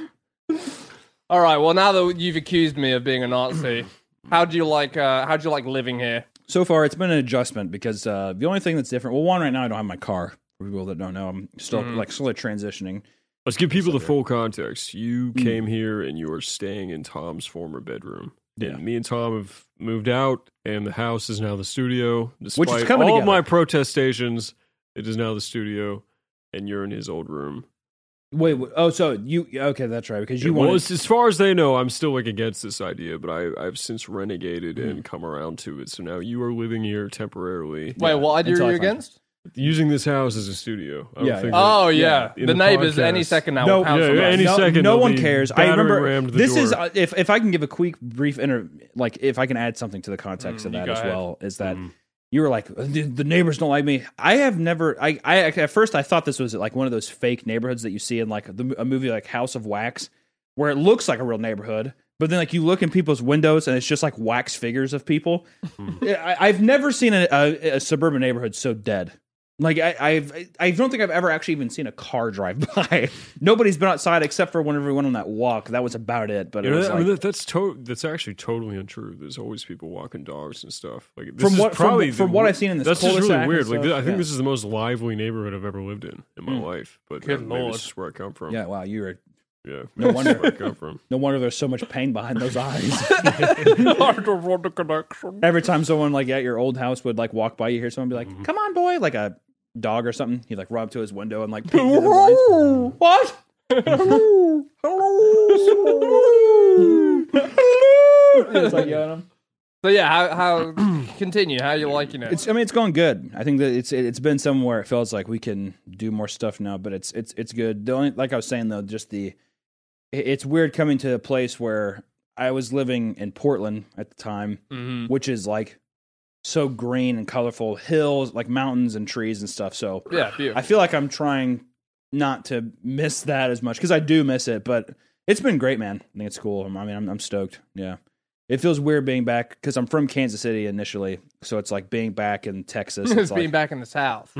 S1: all right. Well, now that you've accused me of being a Nazi, how do you like? Uh, how do you like living here?
S2: so far, it's been an adjustment because uh, the only thing that's different. Well, one right now, I don't have my car. For people that don't know, I'm still
S1: Mm-hmm.
S2: like slowly transitioning.
S3: Let's give people the full context. You
S2: Mm.
S3: came here and you are staying in Tom's former bedroom.
S2: Yeah.
S3: And me and Tom have moved out, and the house is now the studio. Despite
S2: is coming
S3: all
S2: together.
S3: of my protestations, it is now the studio, and you're in his old room.
S2: Wait, wait, oh, so you okay? That's right because you
S3: well,
S2: wanted
S3: as, as far as they know, I'm still like against this idea, but I, I've since renegated and come around to it. So now you are living here temporarily,
S1: Wait, what idea
S2: until
S1: are
S2: I
S1: you
S2: find-
S1: against?
S3: using this house as a studio. I don't
S2: Yeah,
S3: think
S2: yeah.
S3: that-
S1: Oh yeah,
S3: in
S1: the,
S3: the
S1: neighbors any
S3: podcast.
S1: second now.
S2: No,
S1: will pounce
S3: yeah,
S1: on
S3: yeah,
S1: us.
S3: any
S2: no,
S3: second
S2: no
S3: they'll
S2: one
S3: be
S2: cares. I
S3: battering
S2: remember
S3: rammed the
S2: this
S3: door.
S2: is uh, if if I can give a quick brief inter like if I can add something to the context of
S1: Mm, you
S2: that
S1: go
S2: as
S1: ahead. Mm.
S2: well is that you were like the, the neighbors don't like me. I have never. I I at first I thought this was like one of those fake neighborhoods that you see in like the, a movie like House of Wax where it looks like a real neighborhood. But then, like you look in people's windows, and it's just like wax figures of people. I, I've never seen a, a, a suburban neighborhood so dead. Like I, I've, I don't think I've ever actually even seen a car drive by. Nobody's been outside except for when everyone on that walk. That was about it. But
S3: You
S2: it
S3: know,
S2: was
S3: that, I
S2: like,
S3: mean, that, that's to- that's actually totally untrue. There's always people walking dogs and stuff. Like this
S2: From
S3: is
S2: what- from-
S3: probably
S2: from
S3: the-
S2: what I've seen in this
S3: That's just
S2: cul-de-sac
S3: really
S2: and
S3: weird. Like
S2: stuff,
S3: th- I think
S2: yeah. Hmm.
S3: this is the most lively neighborhood I've ever lived in in my life. But
S1: Good
S3: uh, maybe
S1: lord.
S3: this is where I come from.
S2: yeah, wow, you were
S3: yeah.
S2: no
S3: Where I
S2: wonder,
S3: come from.
S2: no wonder there's so much pain behind those eyes.
S1: I don't want a connection.
S2: Every time someone like at your old house would like walk by, you hear someone be
S1: Mm-hmm.
S2: like, "Come on, boy," like a dog or something. He'd like run up to his window and like peek through the blinds.
S1: what? Hello. Hello.
S2: It's like yelling at him.
S1: So yeah, how, how continue? How you liking it?
S2: It's, I mean, it's going good. I think that it's it, it's been somewhere. It feels like we can do more stuff now, but it's it's it's good. The only like I was saying though, just the it- it's weird coming to a place where I was living in Portland at the time,
S1: Mhm.
S2: which is like so green and colorful, hills like mountains and trees and stuff. So
S1: Yeah, beautiful.
S2: I feel like I'm trying not to miss that as much because I do miss it. But it's been great, man. I think it's cool. I'm- I mean, I'm, I'm stoked. Yeah, it feels weird being back because I'm from Kansas City initially, so it's like being back in Texas. It's
S1: Just
S2: like,
S1: being back in the South.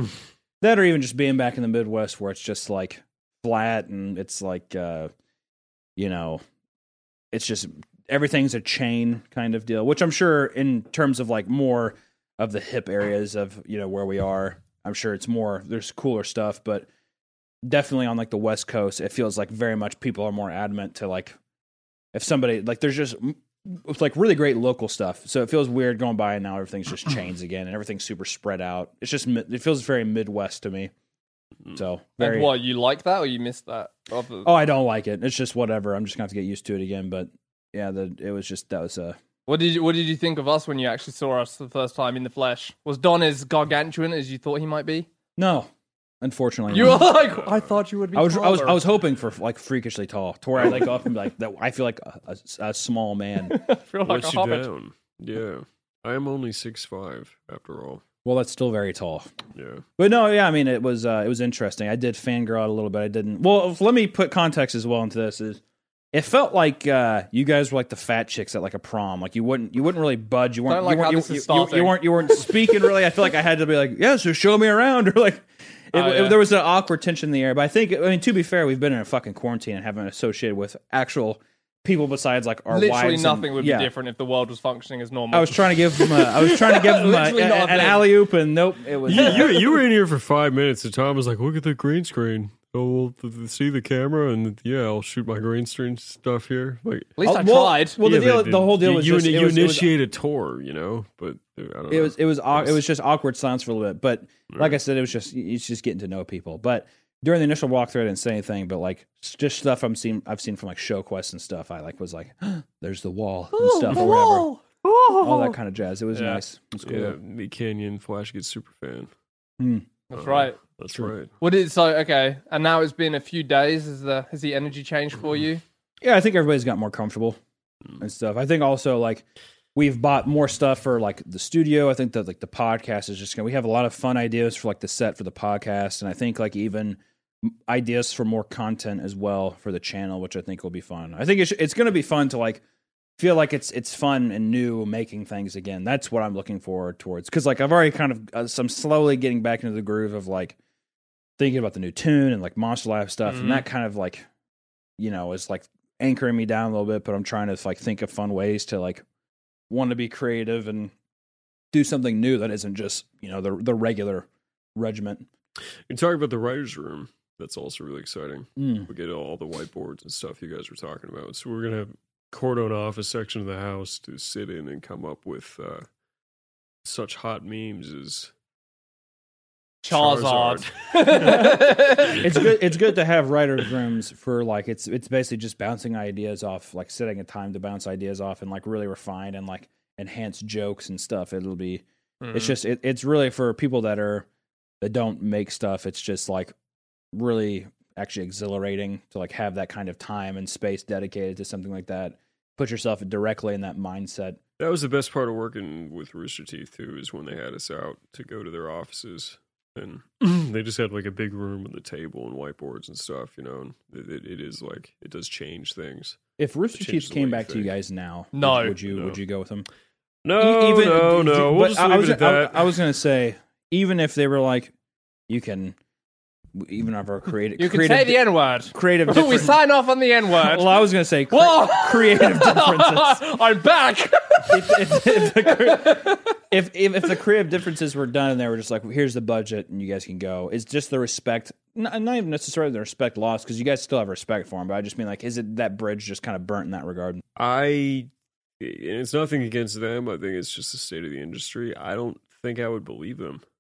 S2: that or even just being back in the midwest where it's just like flat and it's like uh you know it's just everything's a chain kind of deal which i'm sure in terms of like more of the hip areas of you know where we are i'm sure it's more there's cooler stuff but definitely on like the west coast it feels like very much people are more adamant to like if somebody like there's just it's like really great local stuff. So it feels weird going by and now everything's just chains again and everything's super spread out. It's just mi- it feels very Midwest to me. So very.
S1: And what you like that or you miss that? Of the-
S2: Oh, I don't like it. It's just whatever. I'm just gonna have to get used to it again. But yeah, the it was just that was uh, a.
S1: What did you What did you think of us when you actually saw us for the first time in the flesh? Was Don as gargantuan as you thought he might be?
S2: No, unfortunately,
S1: You
S2: no.
S1: were like, I thought you would be.
S2: Mm-hmm. I was I was I
S1: taller."
S2: was hoping for like freakishly tall, to where I like go up and be like that. I feel like a, a- a small man.
S1: I feel like a
S3: Let you
S1: hobbit.
S3: down. Yeah. I am only six five after all.
S2: Well, that's still very tall.
S3: Yeah.
S2: But no, yeah, I mean, it was uh, it was interesting. I did fangirl out a little bit. I didn't. Well, if- let me put context as well into this. Is it felt like uh, you guys were like the fat chicks at like a prom. Like you wouldn't you wouldn't really budge. You weren't
S1: Don't like
S2: you weren't
S1: how
S2: you,
S1: this is
S2: you- you- you
S1: starting.
S2: weren't you weren't speaking really. I feel like I had to be like, yeah, so show me around or like. It,
S1: Oh,
S2: it-
S1: yeah.
S2: there was an awkward tension in the air, but I think I mean to be fair, we've been in a fucking quarantine and haven't associated with actual people besides like our
S1: Literally
S2: wives.
S1: nothing
S2: and,
S1: would
S2: yeah.
S1: be different if the world was functioning as normal.
S2: I was trying to give them a, I was trying to give them a,
S1: Literally
S2: a-
S1: nothing.
S2: an alley oop, and nope, it was
S3: You, you, you were in here for five minutes, and Tom was like, "Look at the green screen. Oh, we'll th- th- see the camera, and yeah, I'll shoot my green screen stuff here." Like,
S1: At least I
S2: uh, well,
S1: tried.
S2: Well, the
S3: yeah,
S2: deal,
S3: but
S2: the whole deal
S3: you,
S2: was
S3: you,
S2: just
S3: ini-
S2: it
S3: you
S2: was, it was-
S3: initiate a tour, you know. But uh, I don't know.
S2: It was it was aw- it was just awkward silence for a little bit, but like I said, it was just it's just getting to know people. But during the initial walkthrough, I didn't say anything, but like s- just stuff I'm seen I've seen from like show quests and stuff. I like was like, there's the wall and stuff or whatever, all that kind of jazz. It was
S1: Yeah.
S2: nice. It was cool.
S3: yeah, me, Canyon, Flash gets super fan.
S1: That's right.
S3: That's
S2: True.
S3: right.
S1: What is so okay? And now it's been a few days. Is the has the energy changed for you?
S2: Yeah, I think everybody's got more comfortable and stuff. I think also like we've bought more stuff for like the studio. I think that like the podcast is just gonna we have a lot of fun ideas for like the set for the podcast, and I think like even m- ideas for more content as well for the channel, which I think will be fun. I think it's it's gonna be fun to like feel like it's it's fun and new making things again. That's what I'm looking forward towards because like I've already kind of uh, so I'm slowly getting back into the groove of like thinking about the new tune and like Monster Life stuff,
S1: Mhm.
S2: and that kind of like you know is like anchoring me down a little bit, but I'm trying to like think of fun ways to like want to be creative and do something new that isn't just you know the the regular regiment.
S3: You talk about the writers' room. That's also really exciting.
S2: Mm.
S3: We get all the whiteboards and stuff you guys were talking about. So we're gonna cordon off a section of the house to sit in and come up with uh, such hot memes as
S1: Charizard.
S2: It's good. It's good to have writers' rooms for like it's it's basically just bouncing ideas off, like setting a time to bounce ideas off, and like really refine and like enhance jokes and stuff. It'll be. It's just it, it's really for people that are that don't make stuff. It's just like really actually exhilarating to like have that kind of time and space dedicated to something like that. Put yourself directly in that mindset.
S3: That was the best part of working with Rooster Teeth too, is when they had us out to go to their offices, and they just had like a big room with a table and whiteboards and stuff, you know. And it, it, it is like it does change things.
S2: If Rooster
S3: Change
S2: Teeth
S3: the
S2: came
S3: way you
S2: back to you
S3: think.
S2: guys now,
S1: No.
S2: would you
S3: No.
S2: would you go with them?
S3: No,
S2: E-
S3: no, no. We'll
S2: but
S3: just
S2: I-
S3: leave
S2: I was,
S3: it at
S2: I-
S3: that.
S2: I, was gonna say, even if they were like, you can, even if our creative,
S1: you can
S2: creative,
S1: say the N word.
S2: creative.
S1: we
S2: different-
S1: sign off on the N word.
S2: well, I was gonna say cre-
S1: Whoa!
S2: creative differences.
S1: I'm back.
S2: if, if, the cre- if, if, if the creative differences were done and they were just like, here's the budget and you guys can go, it's just the respect, not, not even necessarily the respect lost because you guys still have respect for them. But I just mean like, is it that bridge just kind of burnt in that regard?
S3: I and it's nothing against them. I think it's just the state of the industry. I don't think I would believe them. I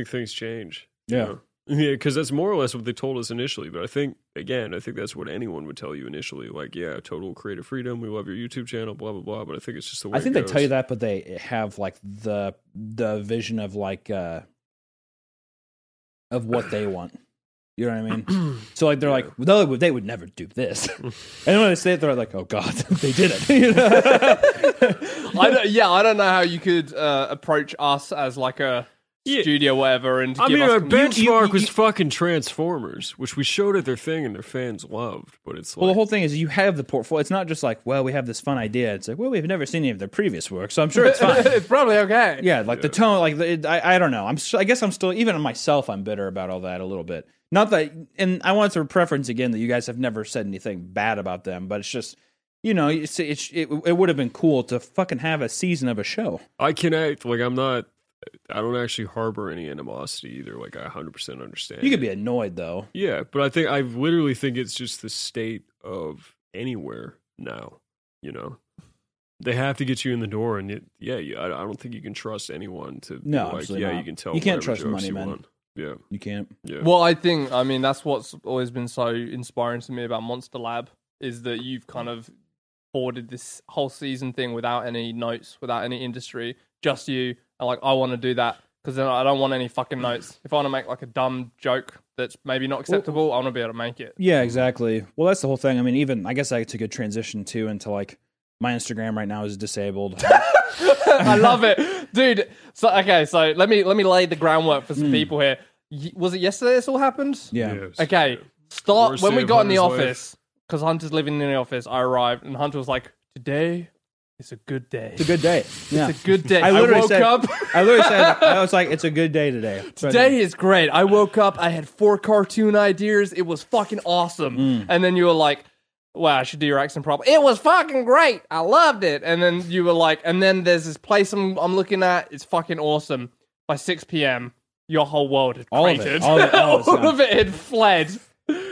S3: think things change. you
S2: Yeah.
S3: know? Yeah, because that's more or less what they told us initially. But I think, again, I think that's what anyone would tell you initially. Like, yeah, total creative freedom. We love your YouTube channel, blah, blah, blah. But I think it's just the way
S2: I think
S3: it
S2: they tell you
S3: goes.
S2: that, but they have like the the vision of like uh of what they want. You know what I mean? So like they're like, no, they would- they would never do this. and then when they say it, they're like, oh god, they did it. You know?
S1: I don't, yeah, I don't know how you could uh, approach us as like a
S3: Yeah.
S1: studio, whatever, and
S3: I
S1: give
S3: mean,
S1: us
S3: our
S1: com-
S3: benchmark
S2: you- you-
S3: was
S2: you-
S3: fucking Transformers, which we showed at their thing and their fans loved. But it's like,
S2: Well, the whole thing is you have the portfolio. It's not just like, well, we have this fun idea. It's like, well, we've never seen any of their previous work, so I'm sure it's fine.
S1: it's probably okay.
S2: yeah, like the tone, like the, I, I don't know. I'm, s- I guess I'm still even on myself. I'm bitter about all that a little bit. Not that, and I want to preference again that you guys have never said anything bad about them, but it's just, you know, it's, it's, it, it would have been cool to fucking have a season of a show.
S3: I can act like I'm not. I don't actually harbor any animosity either. Like I 100 percent understand.
S2: You
S3: it.
S2: could be annoyed though.
S3: Yeah, but I think I literally think it's just the state of anywhere now. You know, they have to get you in the door, and it, yeah, you, I, I don't think you can trust anyone to. be
S2: No,
S3: like,
S2: absolutely
S3: yeah,
S2: not.
S3: you can tell.
S2: You can't
S3: whatever
S2: trust
S3: jokes
S2: money,
S3: you
S2: man.
S3: want. Yeah,
S2: You can't.
S3: yeah.
S1: Well, I think I mean that's what's always been so inspiring to me about Monster Lab is that you've kind of boarded this whole season thing without any notes, without any industry, just you. And like, I want to do that because then I don't want any fucking notes. If I want to make like a dumb joke that's maybe not acceptable, I want to be able to make it.
S2: Yeah, exactly. Well, that's the whole thing. I mean, even I guess I took a transition too into like my Instagram right now is disabled.
S1: I love it, dude. So okay, so let me let me lay the groundwork for some people here. Y- was it yesterday this all happened?
S2: Hmm. yeah.
S3: Yes.
S1: Okay. Start
S3: Worst
S1: when
S3: day
S1: we
S3: of
S1: got in the
S3: Hunter's life.
S1: office because Hunter's living in the office. I arrived and Hunter was like, "Today is a good day.
S2: It's a good day. Yeah.
S1: It's a good day."
S2: I
S1: I,
S2: literally
S1: woke
S2: said-
S1: up.
S2: I literally said I was like, it's a good day today.
S1: Today is great. I woke up. I had four cartoon ideas. It was fucking awesome.
S2: Mm.
S1: And then you were like, "Wow, I should do your accent proper." It was fucking great. I loved it. And then you were like, "And then there's this place I'm, I'm looking at. It's fucking awesome." By six p.m., your whole world had
S2: All of it.
S1: cratered.
S2: All of it. All of it's
S1: All
S2: gone.
S1: of it had fled.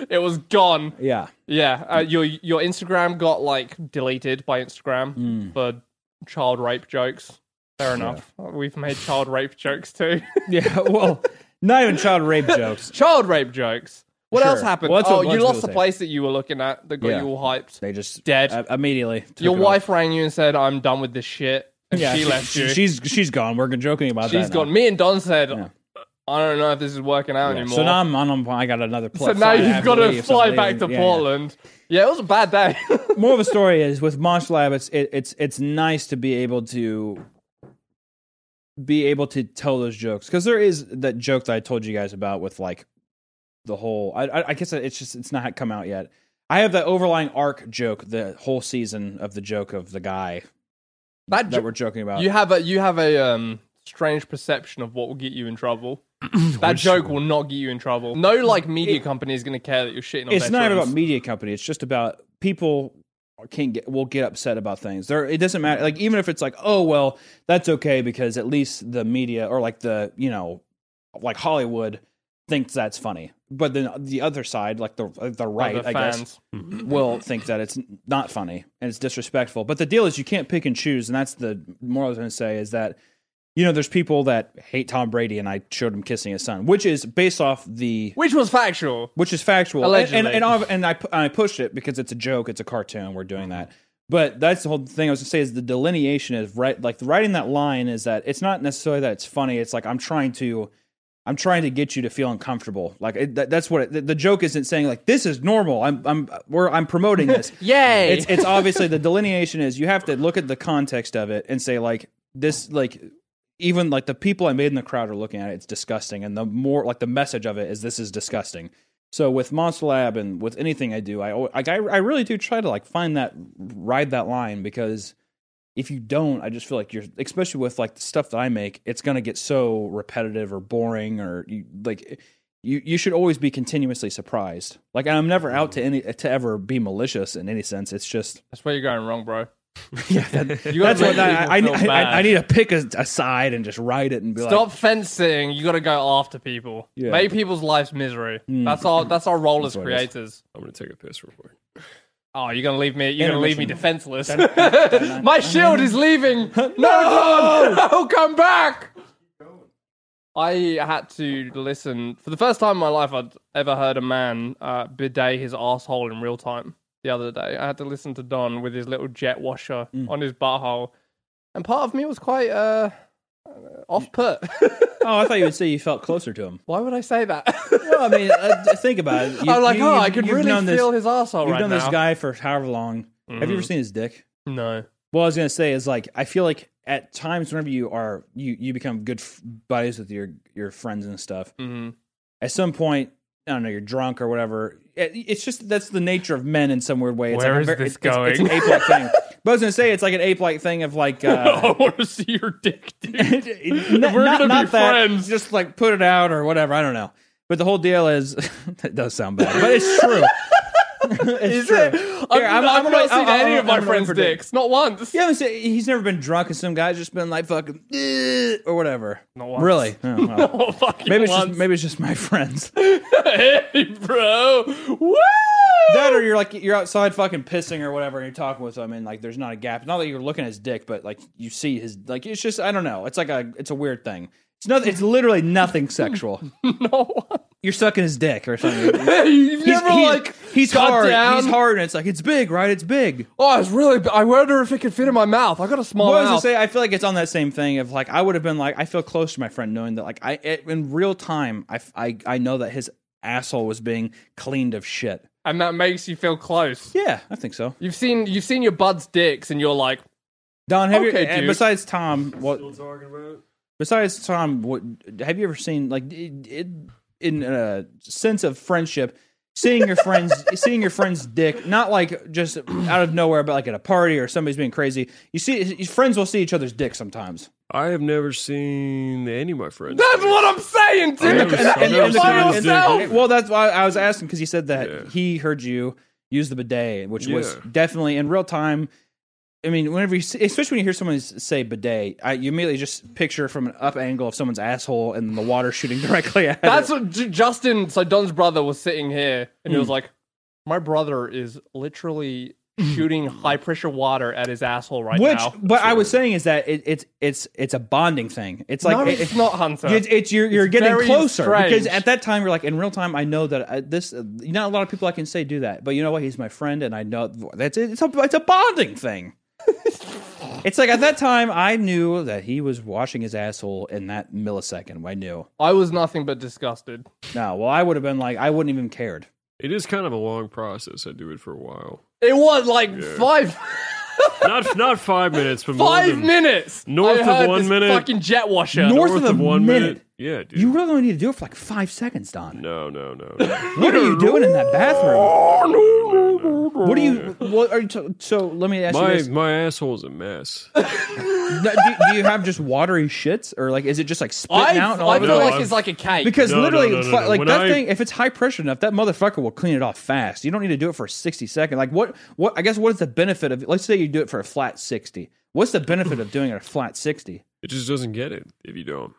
S1: It was gone.
S2: Yeah.
S1: Yeah, uh, your your Instagram got like deleted by Instagram
S2: Hmm.
S1: for child rape jokes. Fair enough. We've made child rape jokes too.
S2: Yeah. Well, not even child rape jokes.
S1: child rape jokes. What
S2: Sure.
S1: else happened?
S2: Well, that's
S1: oh,
S2: what
S1: you
S2: most
S1: lost
S2: people
S1: the
S2: say.
S1: place that you were looking at that got
S2: Yeah.
S1: you all hyped.
S2: They just
S1: Dead.
S2: uh, immediately. took
S1: Your
S2: it off.
S1: wife rang you and said, "I'm done with this shit," and she left you.
S2: She's she's gone. We're joking about that.
S1: She's gone. Me and Don said, "Uh, "I don't know if this is working out
S2: now.
S1: anymore."
S2: So now I'm on. I'm- I got another. Pl-
S1: So now
S2: flight I have
S1: you've got to
S2: leave, so I'm
S1: fly back to
S2: leaving. Yeah, yeah.
S1: Portland. yeah, it was a bad day.
S2: more of a story is with Monster Lab. It's it, it's it's nice to be able to be able to tell those jokes because there is that joke that I told you guys about with like the whole. I- I, I guess it's just it's not come out yet. I have that overlying arc joke, the whole season of the joke of the guy
S1: that
S2: that we're joking about.
S1: You have a you have a um strange perception of what will get you in trouble. that joke will not get you in trouble. No like media company is going to care that you're shitting on
S2: it's not
S1: veterans.
S2: about media company. It's just about people can get will get upset about things. There, it doesn't matter. Like even if it's like, oh well, that's okay because at least the media or like the you know, like Hollywood thinks that's funny. But then the other side, like the uh, the
S1: Like
S2: right,
S1: the
S2: I guess,
S1: fans.
S2: will think that it's not funny and it's disrespectful. But the deal is you can't pick and choose, and that's the moral I was going to say is that you know there's people that hate Tom Brady, and I showed him kissing his son, which is based off the
S1: Which was factual.
S2: which is factual. And- And
S1: Allegedly.
S2: and, I've- and I pu- I pushed it because it's a joke. It's a cartoon. We're doing that. But that's the whole thing I was gonna say is the delineation is right. Like writing that line is that it's not necessarily that it's funny. It's like I'm trying to, I'm trying to get you to feel uncomfortable. Like it, that, that's what it, the, the joke isn't saying. Like this is normal. I'm I'm we're I'm promoting this.
S1: Yay!
S2: It's it's obviously the delineation is you have to look at the context of it and say like this like even like the people I made in the crowd are looking at it. It's disgusting, and the more like the message of it is this is disgusting. So with Monster Lab and with anything I do, I al- like I, I really do try to like find that ride that line because if you don't, I just feel like you're especially with like the stuff that I make, it's gonna get so repetitive or boring or you like you you should always be continuously surprised. Like I'm never out to any to ever be malicious in any sense. It's just
S1: That's where you're going wrong, bro.
S2: yeah, that,
S1: You gotta
S2: that's what
S1: make
S2: that, I, I,
S1: people feel
S2: I,
S1: bad.
S2: I need to pick a, a side and just ride it and be
S1: Stop
S2: like
S1: fencing. You got to go after people.
S2: Yeah. Mm.
S1: Make people's lives misery. That's our that's our role as
S2: what it is.
S1: creators.
S3: I'm gonna take a piss real quick.
S1: Oh, you're gonna leave me. You're gonna leave me defenseless.
S2: dun,
S1: My shield is leaving. No, no, no, come back. I had to listen for the first time in my life. I'd ever heard a man uh, bidet his asshole in real time. The other day, I had to listen to Don with his little jet washer
S2: Mm.
S1: on his butthole, and part of me was quite uh, off put.
S2: oh, I thought you would say you felt closer to him.
S1: Why would I say that?
S2: Well, I mean, uh, think about it. You-
S1: I'm like,
S2: you-
S1: oh,
S2: you've-
S1: I could
S2: you've
S1: really
S2: known this-
S1: feel his asshole
S2: You've
S1: right
S2: known
S1: now.
S2: this guy for however long. Have you ever seen his dick?
S1: No.
S2: Well, I was gonna say is like I feel like at times whenever you are you you become good f- buddies with your your friends and stuff.
S1: Mhm.
S2: At some point, I don't know, you're drunk or whatever. It, it's just that's the nature of men in some weird way. It's
S5: Where
S2: like a
S5: is
S2: ver-
S5: this
S2: it's- It's,
S5: going?
S2: an ape-like thing. But I was gonna say it's like an ape-like thing of like uh,
S1: I want to see your dick, dude.
S2: N-
S1: We're
S2: not,
S1: gonna
S2: not
S1: be
S2: that,
S1: friends.
S2: Just like put it out or whatever. I don't know. But the whole deal is that does sound bad, but it's true. it's true.
S1: I've,
S2: Here,
S1: I've
S2: I'm- I'm gonna-
S1: not seen
S2: I'm-
S1: any
S2: I'm-
S1: of my
S2: I'm gonna
S1: friends'
S2: look for dick.
S1: dicks. Not once.
S2: Yeah, I mean, so he's never been drunk, and some guy's just been like fucking "Ugh," or whatever.
S1: Not once.
S2: Really? Oh, well.
S1: Oh, fucking
S2: maybe it's
S1: once.
S2: just maybe it's just my friends.
S1: hey, bro. Woo!
S2: that or you're like you're outside fucking pissing or whatever, and you're talking with him, and like there's not a gap. Not that you're looking at his dick, but like you see his like it's just I don't know. It's like a it's a weird thing. It's nothing. It's literally nothing sexual.
S1: No.
S2: You're sucking his dick or something.
S1: Hey, you've
S2: He's,
S1: never
S2: he's-
S1: like
S2: he's
S1: got
S2: hard.
S1: down?
S2: He's hard, and it's like it's big, right? It's big.
S1: Oh, it's really. b- I wonder if it could fit in my mouth. I got a small
S2: Well, I was gonna
S1: mouth.
S2: say, I feel like it's on that same thing of like I would have been like I feel close to my friend knowing that like I it, in real time I, f- I I know that his asshole was being cleaned of shit.
S1: and that makes you feel close.
S2: Yeah, I think so.
S1: You've seen you've seen your bud's dicks, and you're like,
S2: Don, have
S1: Okay,
S2: you? And
S1: dude.
S2: besides Tom, what
S3: Still talking about it?
S2: besides Tom, what have you ever seen like it, it, in a sense of friendship? Seeing your friends, seeing your friend's dick, not like just out of nowhere, but like at a party or somebody's being crazy. You see, friends will see each other's dick sometimes.
S3: I have never seen any of my friends.
S1: "That's what I'm saying, dude."
S3: And- and-
S1: And
S3: and-
S1: you're
S3: and-
S1: by
S3: and-
S1: yourself.
S3: and-
S2: Well, that's why I was asking because he said that
S3: Yeah.
S2: he heard you use the bidet, which was
S3: Yeah.
S2: definitely in real time. I mean, whenever you, see, especially when you hear someone s- say bidet, I, you immediately just picture from an up angle of someone's asshole and the water shooting directly at
S1: That's
S2: it.
S1: what Hmm. J- Justin. So Don's brother was sitting here, and he was like, "My brother is literally shooting high pressure water at his asshole right
S2: Which,
S1: now."
S2: but I was saying is that it, it's it's it's a bonding thing. It's like
S1: no,
S2: it-
S1: it's not Hunter.
S2: It's, it's you're you're
S1: It's
S2: getting
S1: very
S2: closer because
S1: strange.
S2: at that time you're like in real time. I know that I, this uh, not a lot of people I can say do that, but you know what? He's my friend, and I know that's it. It's a it's a bonding thing. it's like at that time I knew that he was washing his asshole in that millisecond. I knew.
S1: I was nothing but disgusted.
S2: No, well I would have been like I wouldn't even cared.
S3: It is kind of a long process. I do it for a while.
S1: It was like five
S3: Not not five minutes, but more
S1: five
S3: than-
S1: minutes.
S3: North
S1: I
S3: of
S1: heard
S3: one
S1: this
S3: minute.
S1: Fucking jet washer.
S2: North-
S3: north
S2: of a
S3: of one
S2: minute.
S3: minute. Yeah, dude.
S2: You really only need to do it for like five seconds, Don.
S3: no, no, no. no.
S2: What are you doing in that bathroom? What are you? What are you? T- so let me ask you
S3: my
S2: this:
S3: my asshole's a mess.
S2: No, do, do you have just watery shits, or like is it just like spitting
S1: I,
S2: out? And all
S1: I
S2: that?
S1: feel
S3: No,
S1: like
S3: I'm-
S1: it's like a cake.
S2: Because
S3: No, no,
S2: literally,
S3: no, no,
S2: fu-
S3: no.
S2: like
S3: When
S2: that
S3: I-
S2: thing, if it's high pressure enough, that motherfucker will clean it off fast. You don't need to do it for sixty seconds. Like what? What? I guess what is the benefit of? Let's say you do it for a flat sixty. What's the benefit of doing it a flat sixty?
S3: It just doesn't get it if you don't.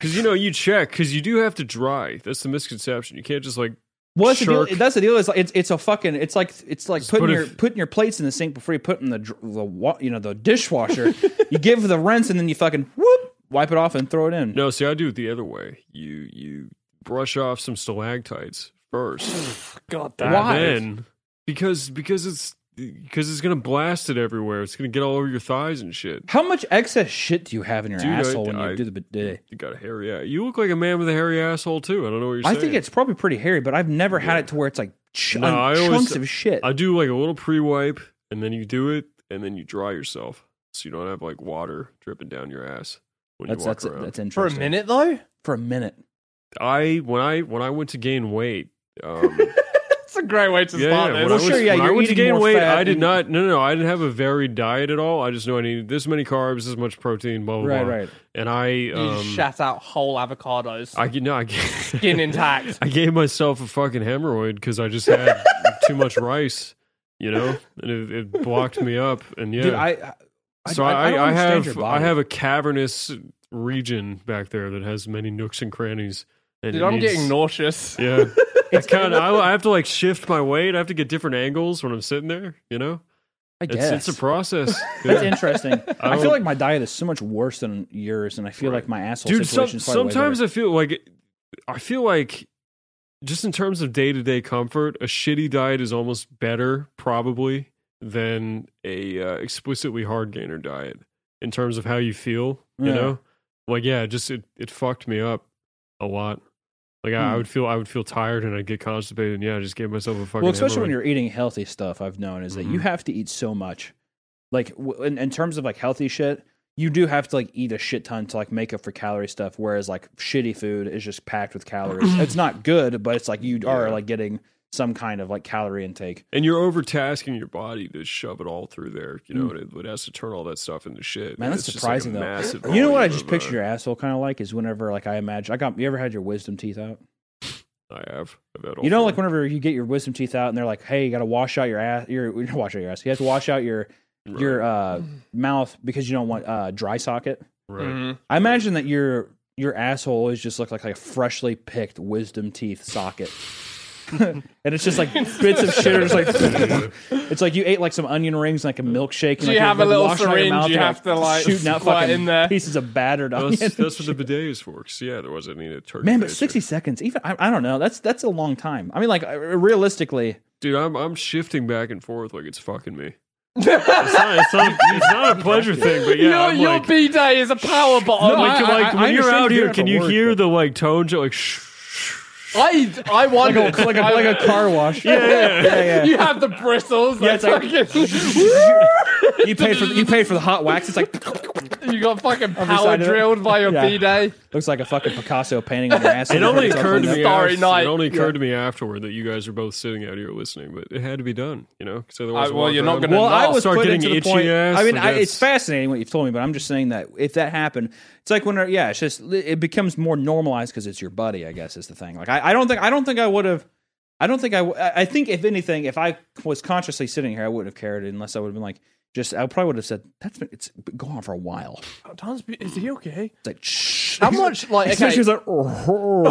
S3: Because you know you check because you do have to dry. That's the misconception. You can't just like
S2: What's the deal?
S3: Shark.
S2: That's the deal. Is like, it's it's a fucking. It's like it's like
S3: Just
S2: putting
S3: put a
S2: your
S3: f-
S2: putting your plates in the sink before you put in the dr- the wa- you know the dishwasher. you give the rinse and then you fucking whoop wipe it off and throw it in.
S3: no. See, I do it the other way. You you brush off some stalactites first.
S1: God damn.
S3: and
S2: Why?
S3: Then because because it's because it's gonna blast it everywhere. It's gonna get all over your thighs and shit.
S2: How much excess shit do you have in your
S3: Dude, I-
S2: asshole when you
S3: I-
S2: do the bidet?
S3: You got a hairy ass. You look like a man with a hairy asshole too. I don't know what you're
S2: I
S3: saying.
S2: think it's probably pretty hairy, but I've never had it to where it's like ch-
S3: No, I always-
S2: chunks of shit.
S3: I do like a little pre wipe, and then you do it, and then you dry yourself, so you don't have like water dripping down your ass when
S2: that's
S3: you walk
S2: that's
S3: around.
S2: that's
S1: uh, For a
S2: interesting.
S1: minute though,
S2: For a minute.
S3: I when I when I went to gain weight. Um,
S1: that's a great way to
S3: yeah, yeah.
S1: start
S3: When
S1: this.
S3: I
S2: Well,
S3: was,
S2: sure, yeah,
S3: when I
S2: you're
S3: went to
S2: eating
S3: gain
S2: more
S3: weight,
S2: fat
S3: I did
S2: and-
S3: not. No, no, no, I didn't have a varied diet at all. I just know I needed this many carbs, this much protein, blah blah
S2: Right,
S3: blah.
S2: right.
S3: And I,
S1: You
S3: um,
S1: shat out whole avocados,
S3: I you know, I get-
S1: skin intact.
S3: I gave myself a fucking hemorrhoid because I just had too much rice, you know, and it, it blocked me up. And yeah,
S2: Dude, I, I
S3: so
S2: I,
S3: I,
S2: I, don't
S3: I
S2: understand your
S3: have I
S2: body.
S3: have a cavernous region back there that has many nooks and crannies. And
S1: Dude,
S3: it
S1: I'm
S3: needs-
S1: getting nauseous.
S3: yeah. It's kind of I, I have to like shift my weight. I have to get different angles when I'm sitting there. You know,
S2: I
S3: it's
S2: guess.
S3: it's a process.
S2: That's
S3: Yeah.
S2: interesting. I, feel
S3: don't-
S2: like my diet is so much worse than yours, and I feel like my asshole
S3: dude some,
S2: situation is probably way
S3: sometimes
S2: better.
S3: i feel like i feel like just in terms of day-to-day comfort a shitty diet is almost better probably than a uh, explicitly hard gainer diet in terms of how you feel you
S2: Yeah.
S3: know like yeah just it, it fucked me up a lot like I, I
S2: Hmm.
S3: would feel i would feel tired and i'd get constipated and yeah i just gave myself a fucking Mm-hmm.
S2: well, especially
S3: hemorrhoid.
S2: when you're eating healthy stuff, I've known is that you
S3: Mhm.
S2: have to eat so much like w- in, in terms of like healthy shit, you do have to like eat a shit ton to like make up for calorie stuff. Whereas like shitty food is just packed with calories. it's not good, but it's like you are like getting some kind of like calorie intake.
S3: And you're overtasking your body to shove it all through there. You know, and it, it has to turn all that stuff into shit.
S2: Hmm. Man,
S3: And
S2: that's
S3: it's just like a
S2: surprising
S3: massive
S2: though. You know what I
S3: volume
S2: just
S3: of,
S2: picture
S3: uh,
S2: your asshole kind of like is whenever like I imagine I got you ever had your wisdom teeth out.
S3: uh, I have. I've had all
S2: You know,
S3: four.
S2: like whenever you get your wisdom teeth out, and they're like, "Hey, you got to wash out your ass. Your you wash out your ass. You have to wash out your
S3: Right,
S2: your uh, mouth because you don't want uh, dry socket."
S3: right.
S1: Mhm.
S2: I imagine that your your asshole always just looked like, like a freshly picked wisdom teeth socket. and it's just like bits of shit are just like it's like you ate like some onion rings and like a milkshake. And,
S1: Do
S2: like,
S1: you
S2: you're,
S1: have a
S2: like,
S1: little
S2: washing out your
S1: syringe?
S2: mouth,
S1: You
S2: you're,
S1: have to, like,
S2: shooting out
S1: squirt
S2: fucking
S1: in there.
S2: pieces of battered onion.
S3: That's, that's what the bidet is for. 'cause, yeah, there wasn't any turkey.
S2: Man, but
S3: baster.
S2: sixty seconds, even I, I don't know. That's that's a long time. I mean, like uh, realistically,
S3: Dude, I'm I'm shifting back and forth like it's fucking me. it's, not, it's, not, it's not a pleasure thing, but yeah,
S1: your
S3: I'm
S1: your
S3: like,
S1: B day is a power bottle.
S2: No,
S3: like,
S2: I-
S3: like, when you're
S2: understand
S3: out
S2: you do
S3: here,
S2: have
S3: can
S2: to
S3: you
S2: work,
S3: hear
S2: but-
S3: the like tone? jo- Like, shh.
S1: I I
S2: like
S1: wonder
S2: a like a,
S1: I-
S2: like a car wash. Yeah, yeah, yeah.
S1: You have the bristles.
S2: Yeah,
S1: Yeah,
S2: it's like- You paid for you paid for the hot wax. It's like
S1: you got fucking power
S2: side of it.
S1: drilled by your
S2: Yeah.
S1: B day.
S2: looks like a fucking Picasso painting on your ass.
S3: It only occurred to me.
S1: Starry
S3: after-
S1: night.
S3: It only occurred to me afterward that you guys are both sitting out here listening, but it had to be done, you know. Because otherwise,
S1: I-
S3: I
S1: well,
S3: walk
S1: you're not
S3: around
S1: gonna
S3: and
S2: Well,
S1: No,
S2: I was
S3: start
S2: put
S3: getting
S2: into the
S3: itchy
S2: point.
S3: ass,
S2: I mean,
S3: like,
S2: I, it's
S3: that's-
S2: fascinating what you've told me, but I'm just saying that if that happened, it's like when yeah, it's just it becomes more normalized because it's your buddy. I guess is the thing. Like I, I don't think I don't think I would have. I don't think I. w- I I think if anything, if I was consciously sitting here, I wouldn't have cared unless I would have been like, just I probably would have said that's been, it's been going on for a while.
S1: is he okay?
S2: It's like shh.
S1: How much? Like,
S2: Especially
S1: okay,
S2: she's like, "Oh,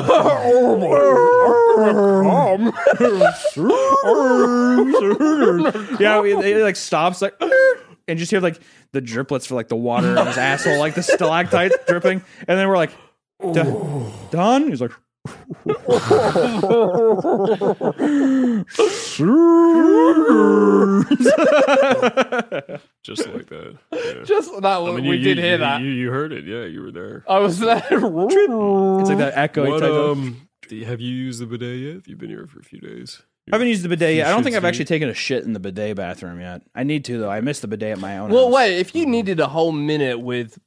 S2: yeah, it, it, like stops like, and just hear like the driplets for like the water in his asshole, like the stalactites dripping, and then we're like, "Don," Don? he's like,
S3: just like that. Yeah.
S1: just that
S3: I
S1: one.
S3: mean,
S1: we
S3: you-
S1: did
S3: you-
S1: hear
S3: you-
S1: that. Oh,
S3: You, you heard it, yeah. You were there.
S1: I was there.
S2: it's like that echo.
S3: What,
S2: type of-
S3: um, do you- have you used the bidet yet? You've been here for a few days.
S2: I haven't used the bidet yet. I don't
S3: should
S2: think I've
S3: see.
S2: actually taken a shit in the bidet bathroom yet. I need to though. I missed the bidet at my own.
S1: well,
S2: house.
S1: wait. If you needed a whole minute with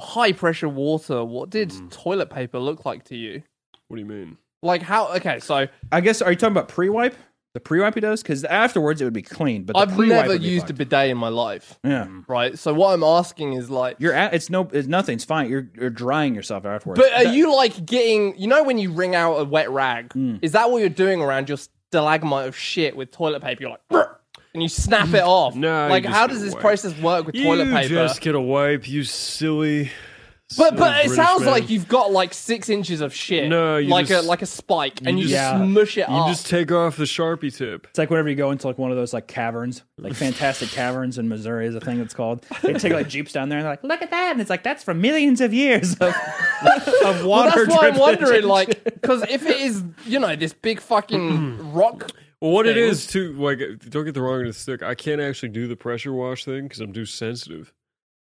S1: high pressure water, what did toilet paper look like to you?
S3: What do you mean?
S1: Like how? Okay, so
S2: I guess are you talking about pre-wipe? The pre-wipe he does because afterwards it would be clean. But the
S1: I've
S2: pre-wipe
S1: never
S2: would be
S1: used
S2: fucked.
S1: a bidet in my life,
S2: Yeah,
S1: right? So what I'm asking is like,
S2: you're at, it's no, it's nothing. It's fine. You're you're drying yourself afterwards.
S1: but are
S2: That-
S1: you like getting? You know when you wring out a wet rag,
S3: Mm.
S1: is that what you're doing around your stalagmite of shit with toilet paper? You're like. "Brr," And you snap it off.
S3: Mm. No, you
S1: like
S3: just
S1: how
S3: get
S1: does this
S3: away.
S1: process work with toilet paper?
S3: just get a wipe, you silly.
S1: But but it
S3: British
S1: sounds
S3: man.
S1: like you've got like six inches of shit.
S3: No, you
S1: like
S3: just-
S1: a like a spike, and you
S3: just-
S1: just
S2: Yeah.
S1: smush it
S3: You
S1: up.
S3: just take off the sharpie tip.
S2: It's like whenever you go into like one of those like caverns, like fantastic caverns in Missouri is a thing that's called. They take like jeeps down there and they're like, look at that, and it's like that's from millions of years of, of water.
S1: well, that's why I'm
S2: dripping.
S1: wondering, like, because if it is, you know, this big
S3: Mm.
S1: fucking rock.
S3: Well, what it
S1: thing.
S3: is too, like, uh, don't get the wrong end of the stick. I can't actually do the pressure wash thing because I'm too sensitive.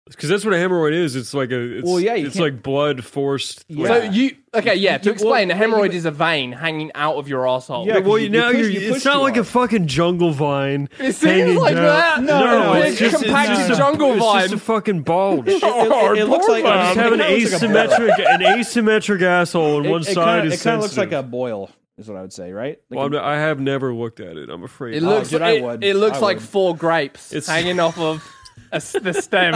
S3: Because that's what a hemorrhoid is. It's like a, it's,
S2: Well, yeah, you
S3: it's
S2: can't-
S3: like blood forced.
S2: Yeah.
S1: So
S3: like-
S1: you okay? Yeah, to
S2: You- well,
S1: explain, a hemorrhoid
S2: you-
S1: is a vein hanging out of your asshole.
S2: Yeah,
S3: well,
S2: you- you
S3: now
S2: push-
S3: you are
S2: you push
S3: it's not
S2: too
S3: like a
S2: hard.
S3: fucking jungle vine.
S1: It seems
S3: hanging
S1: like
S3: down.
S1: that.
S2: No, no,
S1: big
S2: it's just- it's
S1: compacted
S2: just a-
S1: jungle
S3: it's
S1: vine.
S3: Just a fucking bulge.
S2: It, it- it- it looks like um,
S3: I just have an asymmetric, an asymmetric asshole, and one
S2: it,
S3: side
S2: kinda,
S3: is
S2: It kind of looks like
S3: sensitive.
S2: a boil, is what I would say, right? Like
S3: Well,
S2: a-
S3: I'm not- I have never looked at it. I'm afraid.
S1: it looks.
S2: Oh, dude, I
S1: it,
S2: would.
S1: it looks
S2: I
S1: like
S2: would.
S1: four grapes
S3: It's-
S1: hanging off of a s the stem.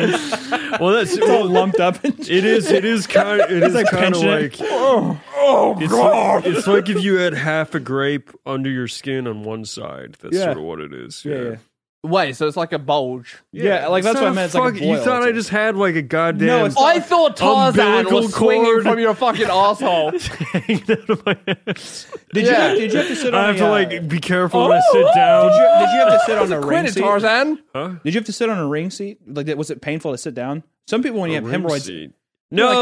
S3: well, that's
S2: it's all
S3: well,
S2: lumped up. And
S3: it is. It is kind. It is
S2: like
S3: kind of
S2: pinching it.
S3: like. Oh, god! It's like if you had half a grape under your skin on one side. That's
S2: Yeah.
S3: sort of what it is. Yeah.
S2: yeah.
S1: Wait, so it's like a bulge.
S2: Yeah, like,
S3: it's
S2: that's
S3: not
S2: what I
S3: a
S2: meant, it's like a
S3: fuck- you
S2: boil,
S3: thought
S2: that's
S3: I
S2: it.
S3: just had like a goddamn
S2: No, it's
S1: I thought Tarzan
S3: Umbilical
S1: was swinging
S3: cord.
S1: from your fucking asshole.
S3: hanging out of my ass.
S2: Did, you
S1: Yeah.
S2: have, did you have to sit on
S3: I have
S2: a,
S3: to
S2: uh,
S3: like be careful when I sit down.
S2: Did you, did you have to sit on a ring
S1: Quit it,
S2: seat?
S1: Tarzan.
S2: Did you have to sit on a ring seat? Like, that- was it painful to sit down? Some people, when you have hemorrhoids,
S3: No,
S2: like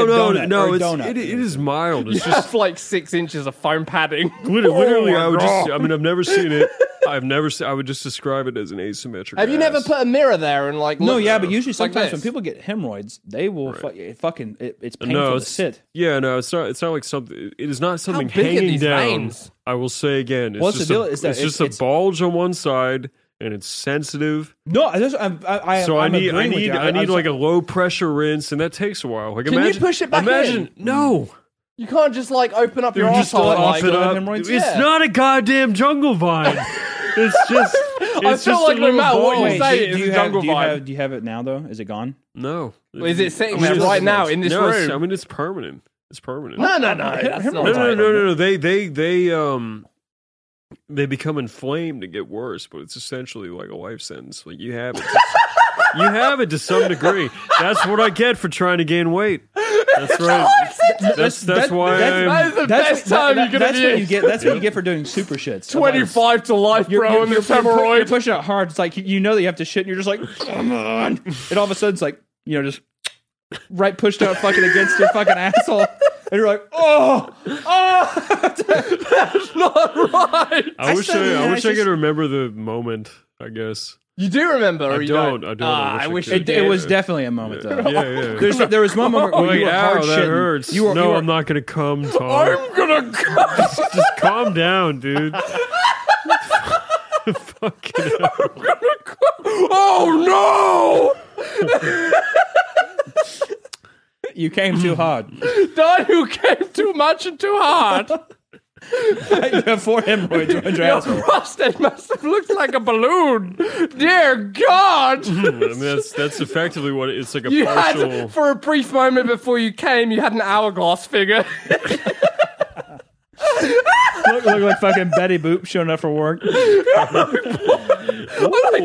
S2: a
S3: no,
S2: donut or
S3: no,
S2: a
S3: It's,
S2: donut.
S3: it, it is mild. It's just
S1: Just like six inches of foam padding.
S3: Lit- Literally,
S1: Oh my
S3: I would just.
S1: God.
S3: I mean, I've never seen it. I've never. Se- I would just describe it as an asymmetric.
S1: Have you
S3: ass.
S1: never put a mirror there and like?
S2: No,
S1: looked-
S2: yeah, but usually
S1: like
S2: sometimes when
S1: this?
S2: people get hemorrhoids, they will fu- it fucking it, it's painful
S3: No,
S2: to
S3: it's-
S2: sit.
S3: Yeah, no, it's not. It's not like something. It is not something
S1: big are
S3: hanging
S1: these
S3: down.
S1: veins?
S3: I will say again. It's
S2: What's the
S3: just
S2: deal
S3: a,
S2: is that
S3: it's
S2: it's-
S3: just a
S2: it's-
S3: bulge on one side and it's sensitive.
S2: No, that's, I, I, I,
S3: so i
S2: I'm
S3: need I
S2: agreeing with
S3: need
S2: you.
S3: I, need
S2: I'm
S3: like a low pressure rinse, and that takes a while. Like
S1: Can you
S3: imagine,
S1: push it back
S3: Imagine no,
S1: You can't just like open up
S3: dude,
S1: your
S3: just
S1: asshole.
S3: off
S1: Like,
S3: it up.
S2: hemorrhoids?
S3: It's
S1: Yeah.
S3: not a goddamn jungle vine. it's just. It's
S1: feel
S3: just a
S1: like no
S3: little
S1: matter what you
S3: ball.
S1: say, Wait, it's
S2: do
S1: a
S2: you, have,
S1: jungle
S2: do, you
S1: vibe.
S2: have, do you have it now though? Is it gone?
S3: No,
S1: Is it sitting
S3: I mean,
S1: there
S3: it's-
S1: right now in this
S3: no, it's-
S1: room?
S3: I mean, it's permanent. It's permanent.
S1: no, no, no. That's not
S3: no, no,
S1: right.
S3: no, no, no. They, they, they, um, they become inflamed and get worse. But it's essentially like a life sentence. Like you have it, you have it to some degree. That's what I get for trying to gain weight. That's right. That's that's
S2: that-
S3: why
S2: that's-
S1: That
S3: I'm.
S1: is the best time
S2: that-
S1: you're gonna
S2: that's
S1: be.
S2: what you get. That's what you get for doing super shits.
S1: Twenty-five to life,
S2: You're,
S1: bro,
S2: you're,
S1: and
S2: you're,
S1: this
S2: you're pu-
S1: hemorrhoid.
S2: you're pushing it hard. It's like you know that you have to shit, and you're just like, come on. And all of a sudden, it's like you know, just right pushed out fucking against your fucking asshole, and you're like, oh,
S3: I wish
S2: said-
S3: I, I
S2: I
S3: wish I could
S2: just-
S3: remember the moment. I guess.
S1: You do remember? Or
S3: I
S1: you
S3: don't.
S1: don't.
S3: I don't.
S1: Ah,
S3: I
S1: I
S3: wish
S1: wish you
S3: I
S2: it,
S3: could.
S1: did.
S2: it was definitely a moment though.
S3: Yeah, yeah.
S2: There's, there was one moment where
S3: Like,
S2: you were hard
S3: ow, that
S2: shitting.
S3: hurts.
S2: You were,
S3: no,
S2: you were,
S3: I'm not gonna come, Tom.
S1: I'm gonna. Come.
S3: Just calm down, dude. Fucking hell.
S1: Oh
S2: you came too hard.
S1: no! Don, who came too much and too hard.
S2: you have four hemorrhoids around your
S1: Your
S2: asshole.
S1: prostate must have looked like a balloon. Dear God!
S3: I mean, that's that's effectively what it- it's like a
S1: You
S3: partial.
S1: had, for a brief moment before you came, you had an hourglass figure.
S2: look, look like fucking Betty Boop showing up for work.
S1: I'm like,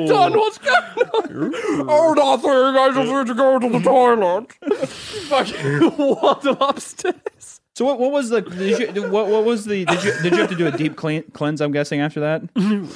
S1: Don, what's going on? Oh, nothing. I just need to go to the toilet. Fucking waddle upstairs.
S2: So what? What was the? Did you, what? What was the? Did you? Did you have to do a deep clean, cleanse? I'm guessing after that. No,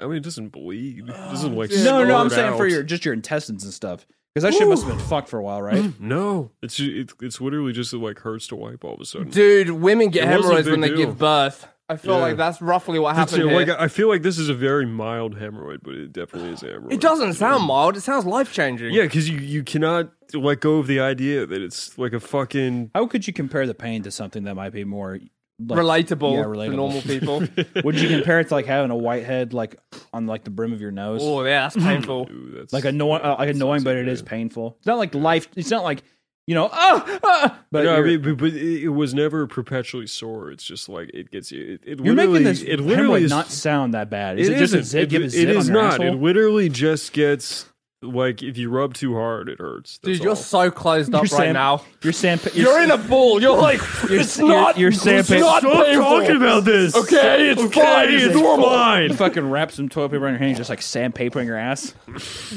S3: I mean, it doesn't bleed. It
S2: Uh,
S3: doesn't like.
S2: no, no. I'm
S3: squirt
S2: saying for
S3: out.
S2: your just your intestines and stuff. Because that shit must have been fucked for a while,
S3: Mm.
S2: right?
S3: No, it's ju- it, it's literally just it, like hurts to wipe all of a sudden.
S1: Dude, women get
S3: It was a
S1: hemorrhoids when
S3: big
S1: they
S3: deal.
S1: give birth. I feel
S3: Yeah.
S1: like that's roughly what
S3: It's, uh,
S1: happened here.
S3: like I feel like this is a very mild hemorrhoid, but it definitely is a hemorrhoid.
S1: it doesn't sound mild. It sounds life changing.
S3: Yeah, because you you cannot let go of the idea that it's like a fucking.
S2: How could you compare the pain to something that might be more like,
S1: Relatable,
S2: Yeah,
S1: to
S2: relatable.
S1: normal people.
S2: Would you compare it to like having a white head like on like the brim of your nose?
S1: oh, yeah, that's painful.
S3: Ooh, that's,
S2: like annoying, uh, like annoying, but it is painful. It's not like life. It's not like you know. Ah, ah, but
S3: No, I
S2: you're,
S3: mean, but, but it it was never perpetually sore. It's just like it gets you. It, it
S2: you're making
S3: literally-
S2: this
S3: It
S2: hemorrhoid
S3: literally is
S2: not sound that bad. Is it, just a
S3: isn't.
S2: zit? give a zit
S3: it
S2: on
S3: is
S2: your
S3: not.
S2: asshole?
S3: It literally just gets like if you rub too hard, it hurts. That's
S1: Dude, you're
S3: all.
S1: so closed up
S2: You're
S1: right
S2: sand-
S1: now.
S2: You're sand.
S1: You're, in a ball. You're like,
S2: You're-
S1: it's
S2: you're-
S1: not.
S2: you're
S1: it's
S2: sandpaper.
S1: not
S3: Stop
S1: painful.
S3: talking about this.
S1: Okay, it's
S3: Okay,
S1: fine. It's
S3: it's
S1: normal.
S3: fine.
S2: You fucking wrap some toilet paper in your hand, just like sandpapering your ass.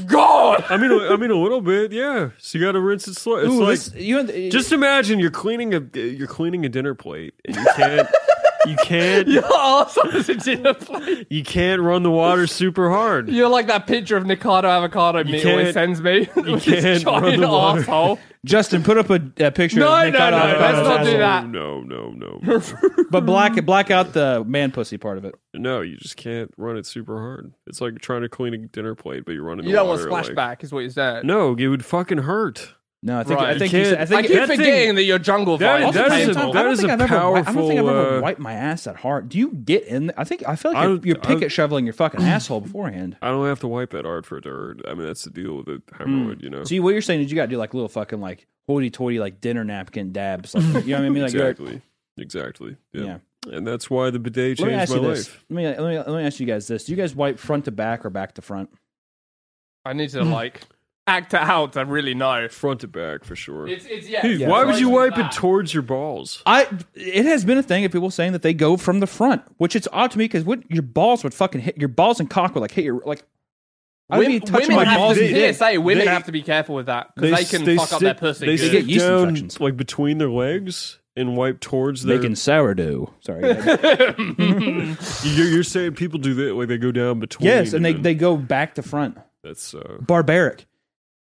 S1: God.
S3: I mean, I mean a little bit, yeah. So you got to rinse it slow. It's
S2: Ooh,
S3: like
S2: this- you had-
S3: just imagine you're cleaning a you're cleaning a dinner plate and you can't you can't
S1: Your arsehole is a dinner plate.
S3: you can't run the water super hard.
S1: You're like that picture of Nikado avocado meat
S3: can't-
S1: always sends me. You
S3: can't run
S1: giant
S3: the water.
S1: arsehole.
S2: Justin, put up a, a picture.
S1: No,
S2: of Nick
S1: no,
S2: out
S1: no,
S2: of
S1: no,
S2: the
S1: let's
S2: fucking
S1: not do
S2: asshole.
S1: that.
S3: No, no, no,
S2: But black black out the man pussy part of it.
S3: no. You just can't run it super hard. It's like trying to clean a dinner plate, but you're running.
S1: You
S3: the
S1: don't want
S3: water, like-
S1: splashback, is what you said.
S3: No, it would fucking hurt.
S2: No, I think
S1: Right.
S2: I think
S3: You
S2: you said,
S3: can't-
S2: I
S1: I
S2: think.
S1: keep
S3: that thing-
S1: forgetting that your jungle
S3: That-
S1: vibe
S3: that
S1: is
S3: is a-
S1: painful.
S2: I don't
S3: is
S2: think
S3: a
S2: I've ever. wi- I don't think I've
S3: powerful,
S2: ever
S3: uh,
S2: wiped my ass that hard. Do you get in? The, I think I feel like
S3: I
S2: you're,
S3: don't-
S2: you're
S3: I-
S2: picket shoveling your fucking asshole beforehand.
S3: I don't have to wipe that hard for it to hurt. I mean, that's the deal with the hemorrhoid, you know.
S2: So you, what you're saying is you got to do like little fucking like hoity-toity like dinner napkin dabs. Like, you know what I mean? Like you're-
S3: exactly, exactly.
S2: Yeah.
S3: Yeah. and that's why the bidet
S2: Let me
S3: changed
S2: ask
S3: my
S2: you
S3: life.
S2: this. Let me, let me let me ask you guys this. Do you guys wipe front to back or back to front?
S1: I need to, like, act it out to really know.
S3: Front to back for sure.
S1: It's, it's, yeah.
S3: Dude,
S1: it's
S3: why
S1: like
S3: would you wipe it
S1: that.
S3: towards your balls?
S2: I it has been a thing of people saying that they go from the front, which it's odd to me because what your balls would fucking hit your balls and cock would like hit your like. I
S1: Women,
S2: wouldn't even touch
S1: women
S2: my
S1: have
S2: balls
S1: to,
S2: and dick.
S1: PSA, women
S3: They-
S1: have to be careful with that because they, can fuck up their pussy.
S3: They
S1: good.
S3: stick
S2: yeast
S3: down
S2: infections.
S3: like between their legs and wipe towards their.
S2: They can sourdough. Sorry.
S3: You're, you're saying people do that, like they go down between.
S2: yes, and they,
S3: then-
S2: they go back to front.
S3: That's uh,
S2: Barbaric.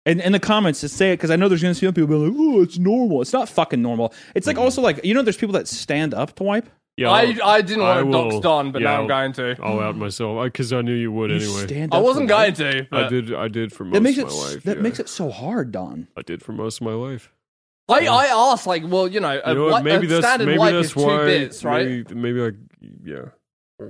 S2: And in the comments, to say it because I know there's going to be some people be like, "Oh, it's normal." It's not fucking normal. It's
S1: Mm-hmm.
S2: like also like you know, there's people that stand up to wipe.
S3: yeah.
S1: I, I didn't
S3: I
S1: want to
S3: will-
S1: dox Don, but
S3: yeah,
S1: now
S3: I'll-
S1: I'm going to.
S3: I'll out myself because I knew you would
S2: You
S3: anyway.
S2: stand
S1: I
S2: up to
S1: wasn't
S2: wipe.
S1: going to.
S3: I
S1: But
S3: did. I did for most
S2: That makes
S3: of
S2: it.
S3: my
S2: s-
S3: life.
S2: that
S3: yeah.
S2: makes it so hard, Don.
S3: I did for most of my life.
S1: I, I asked, like, well, you know, a,
S3: You know,
S1: wi-
S3: what, maybe
S1: a
S3: that's
S1: standard
S3: maybe
S1: wipe
S3: that's
S1: is two
S3: why.
S1: bits, right?
S3: Maybe, maybe like yeah.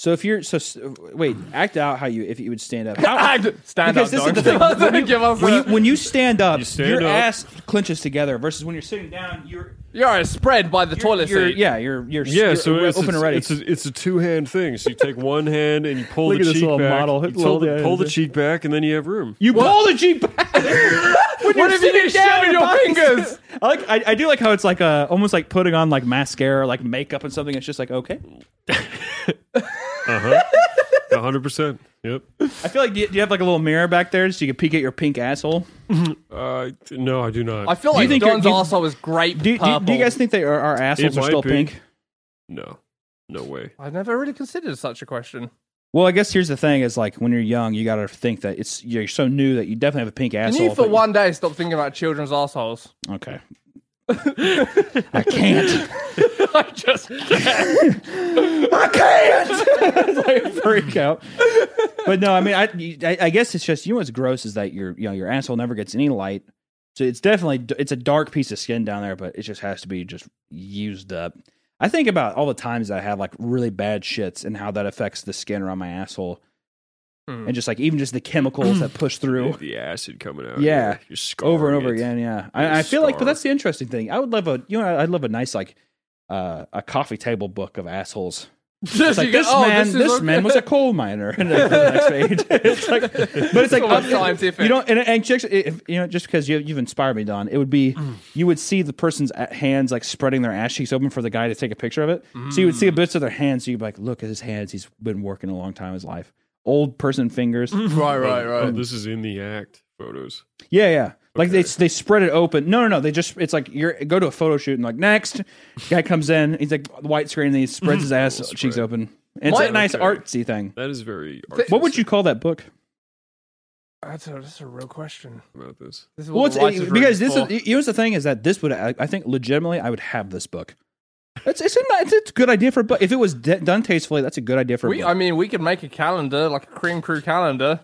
S2: So if you're so s- wait, act out how you if you would stand up. How,
S1: Stand up,
S2: because this is
S1: dog.
S2: the thing. When you,
S1: Give us
S2: when
S1: a-
S2: you, when you stand up,
S3: You stand
S2: your
S3: up.
S2: ass clenches together. Versus when you're sitting down, you're,
S1: You're a spread by the toilet
S2: you're
S1: seat.
S2: yeah, you're you're
S3: Yeah,
S2: you're
S3: so
S2: re-
S3: it's,
S2: open
S3: it's,
S2: already.
S3: it's a, it's a two hand thing. So you take one hand and you pull
S5: Look
S3: the
S5: at this
S3: cheek
S5: little
S3: back.
S5: model.
S3: You pull,
S5: Little-
S3: the,
S5: yeah,
S3: pull the
S5: he's a-
S3: cheek back, and then you have room.
S2: you pull the jeep back.
S1: What if you get down in your fingers?
S2: I like I, I do like how it's like uh almost like putting on like mascara, like makeup and something. It's just like okay.
S3: Uh huh. One hundred percent. Yep.
S2: I feel like do you, do you have like a little mirror back there so you can peek at your pink asshole?
S3: Uh, no, I do not.
S1: I feel like
S2: think you're-
S1: Don's
S2: you-
S1: arsehole is grape
S2: Do, you- do, you-
S1: purple.
S2: do you guys think that our, our assholes
S3: It
S2: are
S3: might
S2: still
S3: be.
S2: pink?
S3: no, no way.
S1: I've never really considered such a question.
S2: Well, I guess here's the thing: is like when you're young, you gotta think that it's you're so new that you definitely have a pink
S1: Can
S2: asshole.
S1: you, for
S2: but-
S1: one day, stop thinking about children's arseholes?
S2: Okay. I can't.
S1: I just
S2: I can't. it's like a freak out. But no, I mean, I, you- I, I guess it's just you know what's gross is that your you know your asshole never gets any light, so it's definitely d- it's a dark piece of skin down there, but it just has to be just used up. I think about all the times I have like really bad shits and how that affects the skin around my asshole,
S1: Hmm.
S2: and just like even just the chemicals that push through.
S3: The acid coming out.
S2: Yeah.
S3: you're, you're
S2: over and
S3: scarring
S2: over
S3: it.
S2: again. Yeah,
S3: You're
S2: I, I feel like, but
S3: scarred.
S2: that's the interesting thing. I would love a, you know, I'd love a nice like uh, a coffee table book of assholes. It's like
S1: You go,
S2: this
S1: "Oh,
S2: man,
S1: is
S2: this,
S1: okay."
S2: man was a coal miner. And then the next page, it's like, but it's like
S1: So much
S2: uh,
S1: scientific.
S2: You know, and, and just, if, you know, just because you, you've inspired me, Don, it would be you would see the person's a- hands like spreading their ass cheeks open for the guy to take a picture of it. So you would see bits of their hands. So you'd be like, look at his hands. He's been working a long time in his life. Old person fingers.
S1: Right, right,
S3: Oh,
S1: right.
S3: this is in the act photos.
S2: Yeah, yeah. Like they they spread it open. No, no, no. They just it's like you're go to a photo shoot and like next guy comes in. He's like white screen. and He spreads his ass cheeks open. And it's
S1: Might-
S2: a nice
S3: okay.
S2: artsy thing.
S3: That is very.
S2: What would you call that book?
S1: That's a, that's a real question.
S3: artistic about this?
S1: This is
S2: Well,
S1: what
S2: it's,
S1: the writer's room
S2: because this
S1: for.
S2: is you know what's the thing is that this would I, I think legitimately I would have this book. It's it's a, ni- it's a good idea for a book. If it was d- done tastefully, that's a good idea for a
S1: We,
S2: book.
S1: I mean, we could make a calendar, like a cream crew calendar.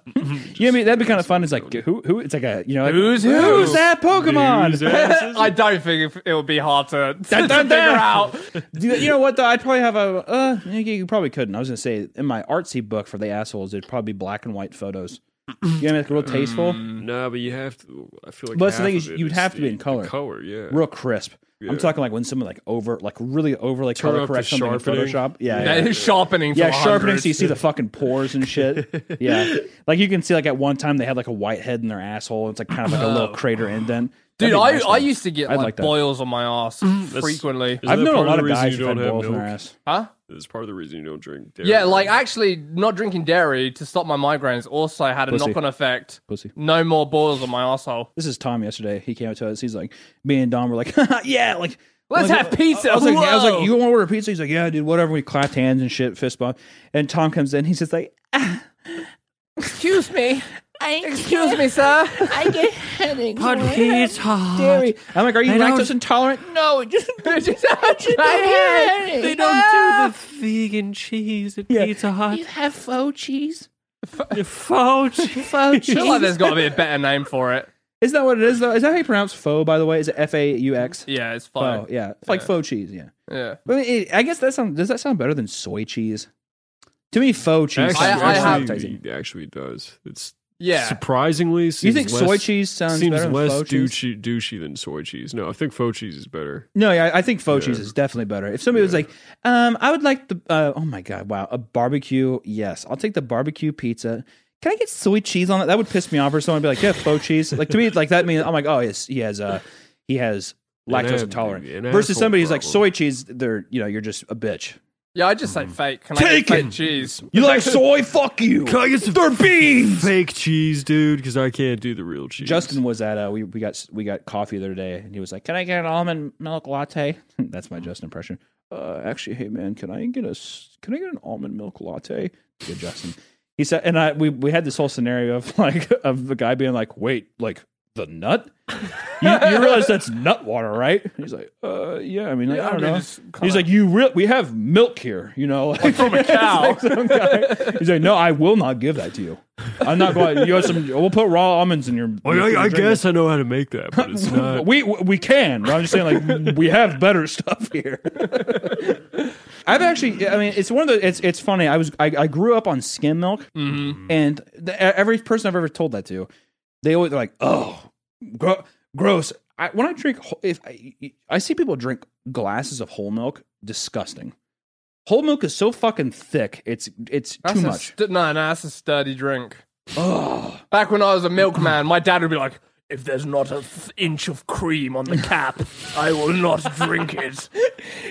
S2: yeah, I mean that'd be kind of fun. It's like who who it's like a you know like,
S1: Who's who?
S2: who's that Pokemon?
S3: Use asses?
S1: I don't think it would be hard to, to
S2: Dun, dun,
S1: figure
S2: dun.
S1: out.
S2: Do you, you know what though? I'd probably have a. Uh, you, you probably couldn't. I was gonna say in my artsy book for the assholes, it'd probably be black and white photos. You know, like real tasteful,
S1: Mm.
S3: No, Mm. but you have to. I feel like.
S2: Well, that's the
S3: half
S2: thing
S3: of
S2: is
S3: it
S2: you'd have to be
S3: the-
S2: in color.
S3: the color, yeah.
S2: real crisp. I'm talking like when someone like over, like really overly
S3: Turn
S2: color
S3: up the
S2: correct something in
S3: sharpening.
S2: Photoshop. Yeah, yeah,
S1: That is sharpening. to
S2: Yeah, sharpening
S1: 100.
S2: so you see the fucking pores and shit. Yeah, like you can see like at one time they had like a white head in their asshole. It's like kind of like a little crater indent. That'd
S1: Oh. Dude,
S2: be
S1: I,
S2: nice,
S1: I
S2: though.
S1: used to get
S2: I'd
S1: like,
S2: like that. Mm-hmm.
S1: boils on my ass frequently.
S3: Isn't
S2: I've
S3: that
S2: known a
S3: part
S2: lot
S3: of
S2: of
S3: the reason
S2: guys
S3: you
S2: who've had
S3: don't have
S2: boils in their
S3: milk?
S2: ass.
S1: Huh?
S3: That's part of the reason you don't drink dairy.
S1: Yeah, like actually not drinking dairy to stop my migraines also had a
S2: Pussy.
S1: knock on effect.
S2: Pussy.
S1: No more boils on my asshole.
S2: This is Tom yesterday. He came up to us. He's like, me and Dom were like, yeah, like
S1: Let's
S2: like,
S1: have pizza.
S2: I was, like, I was
S1: Whoa.
S2: like, you want to order pizza? He's like, yeah, dude, whatever. We clapped hands and shit, fist bump. And Tom comes in. He's just like,
S1: Excuse me. Excuse me, sir.
S4: I get headaches. when I have
S2: dairy. I'm like, are you lactose intolerant?
S4: No, it just
S1: I
S4: headache.
S6: They don't do the vegan cheese at
S2: Yeah.
S6: Pizza Hut.
S4: You have faux cheese.
S6: Faux cheese.
S4: Faux
S1: feel like
S4: cheese.
S1: there's got to be a better name for it.
S2: Is that what it is though? Is that how you pronounce faux? By the way, is it F A U X?
S1: Yeah, it's fine.
S2: Oh yeah, it's like faux cheese. Yeah,
S1: Yeah.
S2: but it, I guess that sounds. Does that sound better than soy cheese? To me, faux cheese.
S3: Actually,
S2: sounds
S1: I- I
S2: more
S1: have-
S2: appetizing.
S3: actually, it actually does. It's
S1: Yeah.
S3: surprisingly.
S2: You
S3: seems
S2: think
S3: less,
S2: soy cheese sounds
S3: seems
S2: better
S3: less
S2: than faux cheese?
S3: douchey, douchey than soy cheese? No, I think faux cheese is better.
S2: No, yeah, I think faux cheese is definitely better. If somebody was like, um, I would like the, uh, oh my God, wow, a barbecue. Yes, I'll take the barbecue pizza. Can I get soy cheese on it? That would piss me off for someone to be like, yeah, faux cheese. Like to me, like that means I'm like, oh, yes, he has, uh, he has lactose
S3: ab-
S2: intolerant.
S3: an
S2: Versus
S3: asshole
S2: somebody who's like
S3: problem.
S2: soy cheese. They're, you know, you're just a bitch.
S1: Yeah, I just
S2: Mm.
S1: say fake. Can I
S2: Take
S1: get fake
S2: it.
S1: cheese?
S2: You like soy? Fuck you.
S3: I get some
S2: They're beans.
S3: fake cheese, dude? Because I can't do the real cheese.
S2: Justin was at uh, we we got we got coffee the other day, and he was like, "Can I get an almond milk latte?" That's my Justin impression. Uh, actually, hey man, can I get a s- can I get an almond milk latte? Good Justin. He said, and I we we had this whole scenario of like of the guy being like, "Wait, like the nut? You, you realize that's nut water, right?" And he's like, "Uh, yeah. I mean, like, I don't
S1: mean,
S2: know."
S1: it's kinda-
S2: He's like, "You re- we have milk here, you know, like from a
S1: cow.
S2: some guy. He's like, "No, I will not give that to you. I'm not going. You have some. We'll put raw almonds in your.
S3: Well, Oh, I, I guess I know how to make that, but it's not.
S2: we we can. But I'm just saying, like, we have better stuff here. I've actually, I mean, it's one of the. It's it's funny. I was I, I grew up on skim milk,
S1: Mhm.
S2: and the, e, every person I've ever told that to, they always they're like, oh, gro- gross. I, when I drink, wh- if I, I see people drink glasses of whole milk, disgusting. Whole milk is so fucking thick. It's it's
S1: That's
S2: too
S1: a
S2: much.
S1: st- no, no, that's a sturdy drink.
S2: Ugh.
S1: Back when I was a milkman, my dad would be like, if there's not an inch of cream on the cap, I will not drink it.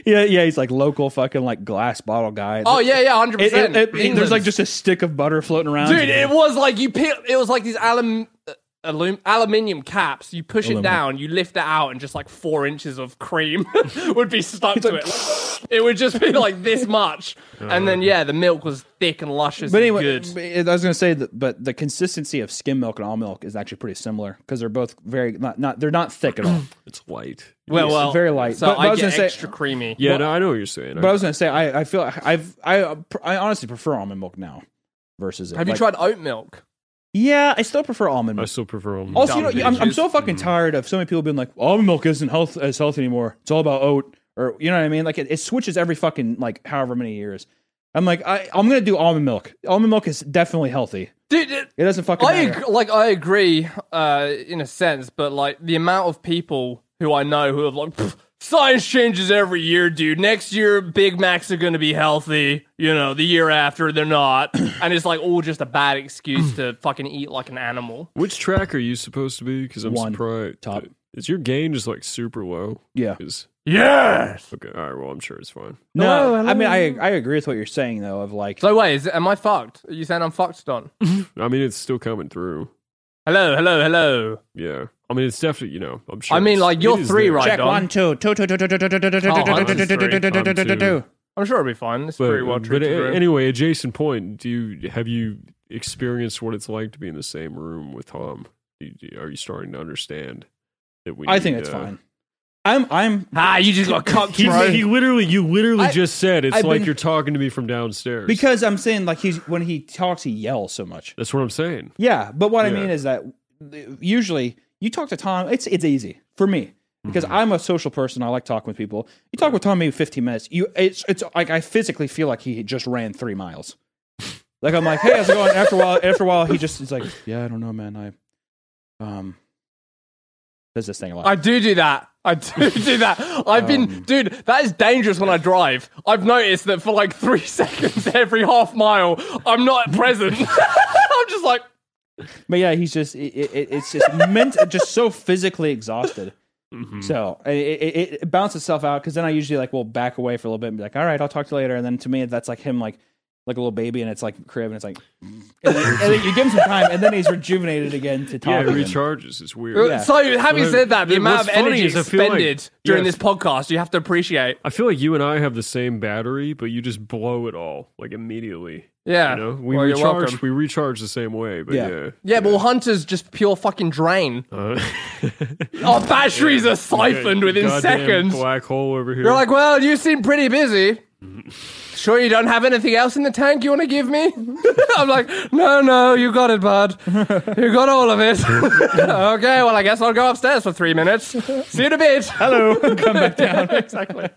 S2: Yeah, yeah. He's like local fucking like glass bottle guy.
S1: Oh, yeah, yeah, 100%.
S2: It- it- it-
S1: England.
S2: there's like just a stick of butter floating around.
S1: Dude, it was like you peel, it was like these alum, uh, alum, aluminium caps. You push it
S2: Aluminum.
S1: down, you lift it out, and just like four inches of cream would be stuck to it. Like, it would just be like this much. And then, yeah, the milk was thick and luscious
S2: But anyway,
S1: and good.
S2: but I was going to say that, but the consistency of skim milk and all milk is actually pretty similar because they're both very not, not they're not thick at all.
S3: It's light.
S1: Well, well,
S2: very light.
S1: So
S2: But- but
S1: I,
S2: I was
S1: get
S2: gonna say-
S1: extra creamy.
S3: Yeah, no, I know what you're saying.
S2: but I was going to say I, I feel I've I uh, pr- I honestly prefer almond milk now versus it.
S1: Have you tried
S2: Like-
S1: oat milk?
S2: Yeah, I still prefer almond
S3: I
S2: milk.
S3: still prefer almond.
S2: Also, you
S1: dumb
S2: know, I'm, I'm
S1: bitches.
S2: so fucking tired of so many people being like almond milk isn't health as healthy anymore. It's all about oat or you know what I mean. Like it, it switches every fucking like however many years. I'm like I I'm going to do almond milk. Almond milk is definitely healthy.
S1: Dude, it,
S2: It doesn't fucking
S1: I
S2: matter.
S1: ag- like I agree uh, in a sense, but like the amount of people who I know who have like "Pff, science changes every year, dude. Next year, Big Macs are going to be healthy. You know, the year after, they're not, and it's like all just a bad excuse to fucking eat like an animal.
S3: Which track are you supposed to be? Because I'm
S2: One.
S3: surprised.
S2: Top.
S3: Is your gain just like super low?
S2: Yeah.
S3: 'Cause-
S1: Yes.
S3: okay, all right. Well, I'm sure it's fine.
S2: No, I mean I I agree with what you're saying though of like
S1: So wait, is, am I fucked? Are you saying I'm fucked, Don?
S3: I mean, it's still coming through.
S1: hello, hello, hello.
S3: Yeah. I mean, it's definitely you know. I'm sure.
S1: I mean,
S3: it's-
S1: like
S3: it
S1: you're
S3: is
S1: three,
S3: there.
S1: right, Don?
S2: two two two two two two two two two two two
S1: Oh, I'm
S3: just three. I'm two.
S1: I'm sure it'll be fine. It's
S3: But,
S1: pretty well
S3: but
S1: treated.
S3: a-
S1: room.
S3: anyway, adjacent point. Do you have you experienced what it's like to be in the same room with Tom? Do you- do- Are you starting to understand that we?
S2: I think
S3: need,
S2: it's
S3: uh,
S2: fine. I'm I'm
S1: ah, you just got cocked,
S3: He,
S1: bro.
S3: he literally, you literally
S2: I-
S3: just said it's
S2: I've
S3: like
S2: been-
S3: you're talking to me from downstairs.
S2: because I'm saying like he's when he talks he yells so much.
S3: that's what I'm saying.
S2: Yeah, but what I
S3: Yeah.
S2: mean is that uh, usually you talk to Tom, it's it's easy for me because I'm a social person. I like talking with people. You talk with Tom maybe 15 minutes. You it's it's like I physically feel like he just ran three miles. Like I'm like, hey, how's it going? After a while, after a while, he just is like, yeah, I don't know, man. I um does this thing a lot.
S1: I do do that. I do do that. I've been, dude, that is dangerous when I drive. I've noticed that for like three seconds every half mile, I'm not present. I'm just like,
S2: But yeah, he's just it, it, it- it's just meant just so physically exhausted.
S1: Mm-hmm.
S2: So and it, it, it bounces itself out because then I usually like will back away for a little bit and be like, all right, I'll talk to you later. And then to me, that's like him like like a little baby and it's like crib and it's like, and then, and then you give him some time and then he's rejuvenated again to
S3: Yeah,
S2: talk.
S3: it
S2: again.
S3: recharges. It's weird.
S1: so having
S3: Well,
S1: said that, the
S3: dude,
S1: amount of
S3: what's funny
S1: energy
S3: is I feel like-
S1: expended during
S3: Yes.
S1: this podcast, you have to appreciate.
S3: I feel like you and I have the same battery, but you just blow it all like immediately.
S1: Yeah.
S3: You know, we
S1: Well, you're
S3: recharge.
S1: welcome.
S3: We recharge the same way, but
S2: Yeah.
S3: yeah. Oh,
S1: Yeah, but well, Hunter's just pure fucking drain.
S3: Uh,
S1: Our batteries are siphoned
S3: Okay,
S1: within
S3: goddamn
S1: seconds.
S3: Black hole over here.
S1: You're like, well, you seem pretty busy. Sure, you don't have anything else in the tank you want to give me? I'm like, no, no, you got it, bud. You got all of it. okay, well, I guess I'll go upstairs for three minutes. See you in a bit.
S2: Hello, come back down.
S1: exactly.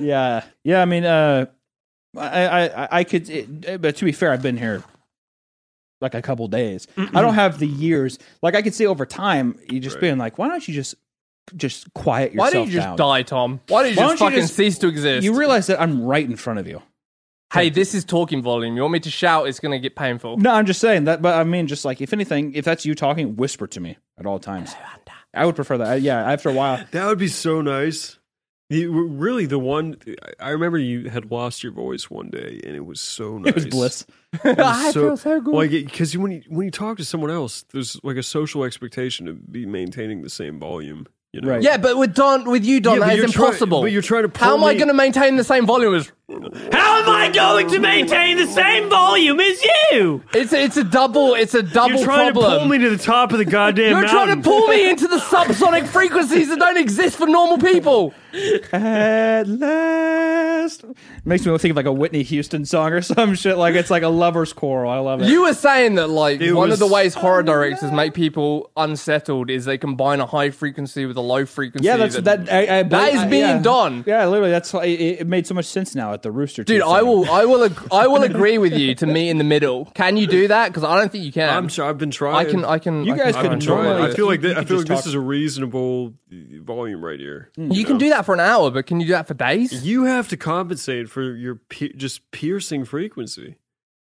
S2: yeah, yeah. I mean, uh, I I I- I could, it, but to be fair, I've been here like a couple days. I don't have the years. Like I could see over time, you just being like, why don't you just just quiet
S1: Why
S2: yourself
S1: don't you just
S2: down?
S1: die, Tom? Why don't you
S2: Why
S1: just
S2: don't you
S1: fucking
S2: just-
S1: cease to exist?
S2: You realize that I'm right in front of you.
S1: hey, this is talking volume. You want me to shout? It's going to get painful.
S2: No, I'm just saying that. But I mean, just like if anything, if that's you talking, whisper to me at all times. I would prefer that. I- yeah, after a while,
S3: that would be so nice. You were really, the one I I remember you had lost your voice one day, and it was so nice.
S2: it was bliss.
S3: It was
S1: I feel so good.
S3: Like, because when you when you talk to someone else, there's like a social expectation to be maintaining the same volume. You know,
S2: Right.
S1: Yeah, but with Don, with you, Don,
S3: Yeah, but
S1: that is
S3: you're try-
S1: impossible.
S3: but you're trying to
S1: How
S3: pull
S1: am I
S3: me-
S1: going to maintain the same volume as?
S6: How am I going to maintain the same volume as you?
S1: It's a, it's a double. It's a double
S6: You're trying
S1: problem.
S6: to pull me to the top of the goddamn
S1: You're
S6: mountain.
S1: trying to pull me into the subsonic frequencies that don't exist for normal people.
S2: At last, makes me think of like a Whitney Houston song or some shit. Like it's like a lovers' quarrel. I love it.
S1: You were saying that like
S3: It
S1: one
S3: was-
S1: of the ways horror directors make people unsettled is they combine a high frequency with the low frequency.
S2: Yeah, that's that. I, I,
S1: That is
S2: I-
S1: being
S2: yeah.
S1: done.
S2: Yeah, literally. That's why it, it made so much sense now at the rooster.
S1: Dude,
S2: Teeth
S1: I
S2: thing.
S1: will, I will, ag- I will agree with you to meet in the middle. Can you do that? Because I don't think you can.
S3: I'm sure I've been trying.
S1: I can, I can.
S2: You
S1: I
S2: guys
S1: can,
S3: I've
S2: can
S3: been trying.
S2: normally-
S3: I feel like
S2: you
S3: th- I
S2: could
S3: feel like
S2: just talk-
S3: this is a reasonable uh, volume right here.
S1: You can do that for an hour, but can you do that for days?
S3: You have to compensate for your pe- just piercing frequency.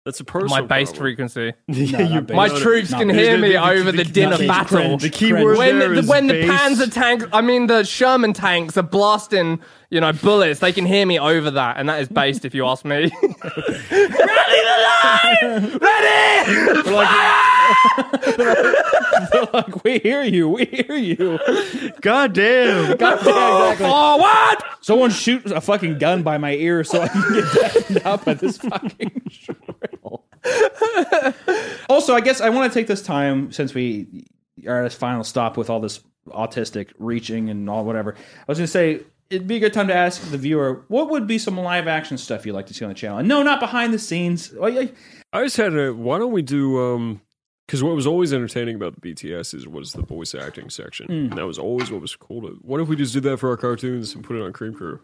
S3: That's a personal.
S1: My bass
S3: problem.
S1: frequency.
S3: yeah,
S2: not
S3: you-
S2: bass.
S1: My
S2: no,
S1: troops
S2: no,
S1: can
S2: no,
S1: hear
S3: no,
S1: me
S3: no,
S1: over the
S3: no,
S1: din
S3: no,
S1: of
S3: no,
S1: battle.
S2: cringe.
S3: The key word
S1: When
S3: there
S1: the,
S3: is
S1: when the
S3: bass.
S1: Panzer tanks, I mean the Sherman tanks are blasting, you know, bullets, they can hear me over that, and that is based, if you ask me.
S2: like we hear you, we hear you.
S6: God damn.
S2: God damn, exactly.
S1: Forward!
S2: Someone shoot a fucking gun by my ear so I can get buttoned up at this fucking drill. also, I guess I want to take this time since we are at a final stop with all this autistic reaching and all whatever. I was going to say it'd be a good time to ask the viewer what would be some live action stuff you'd like to see on the channel. And no, not behind the scenes. Well, yeah,
S3: I just had a. Why don't we do? um Because what was always entertaining about the BTS is was the voice acting section. And that was always what was cool. To, what if we just did that for our cartoons and put it on Cream Crew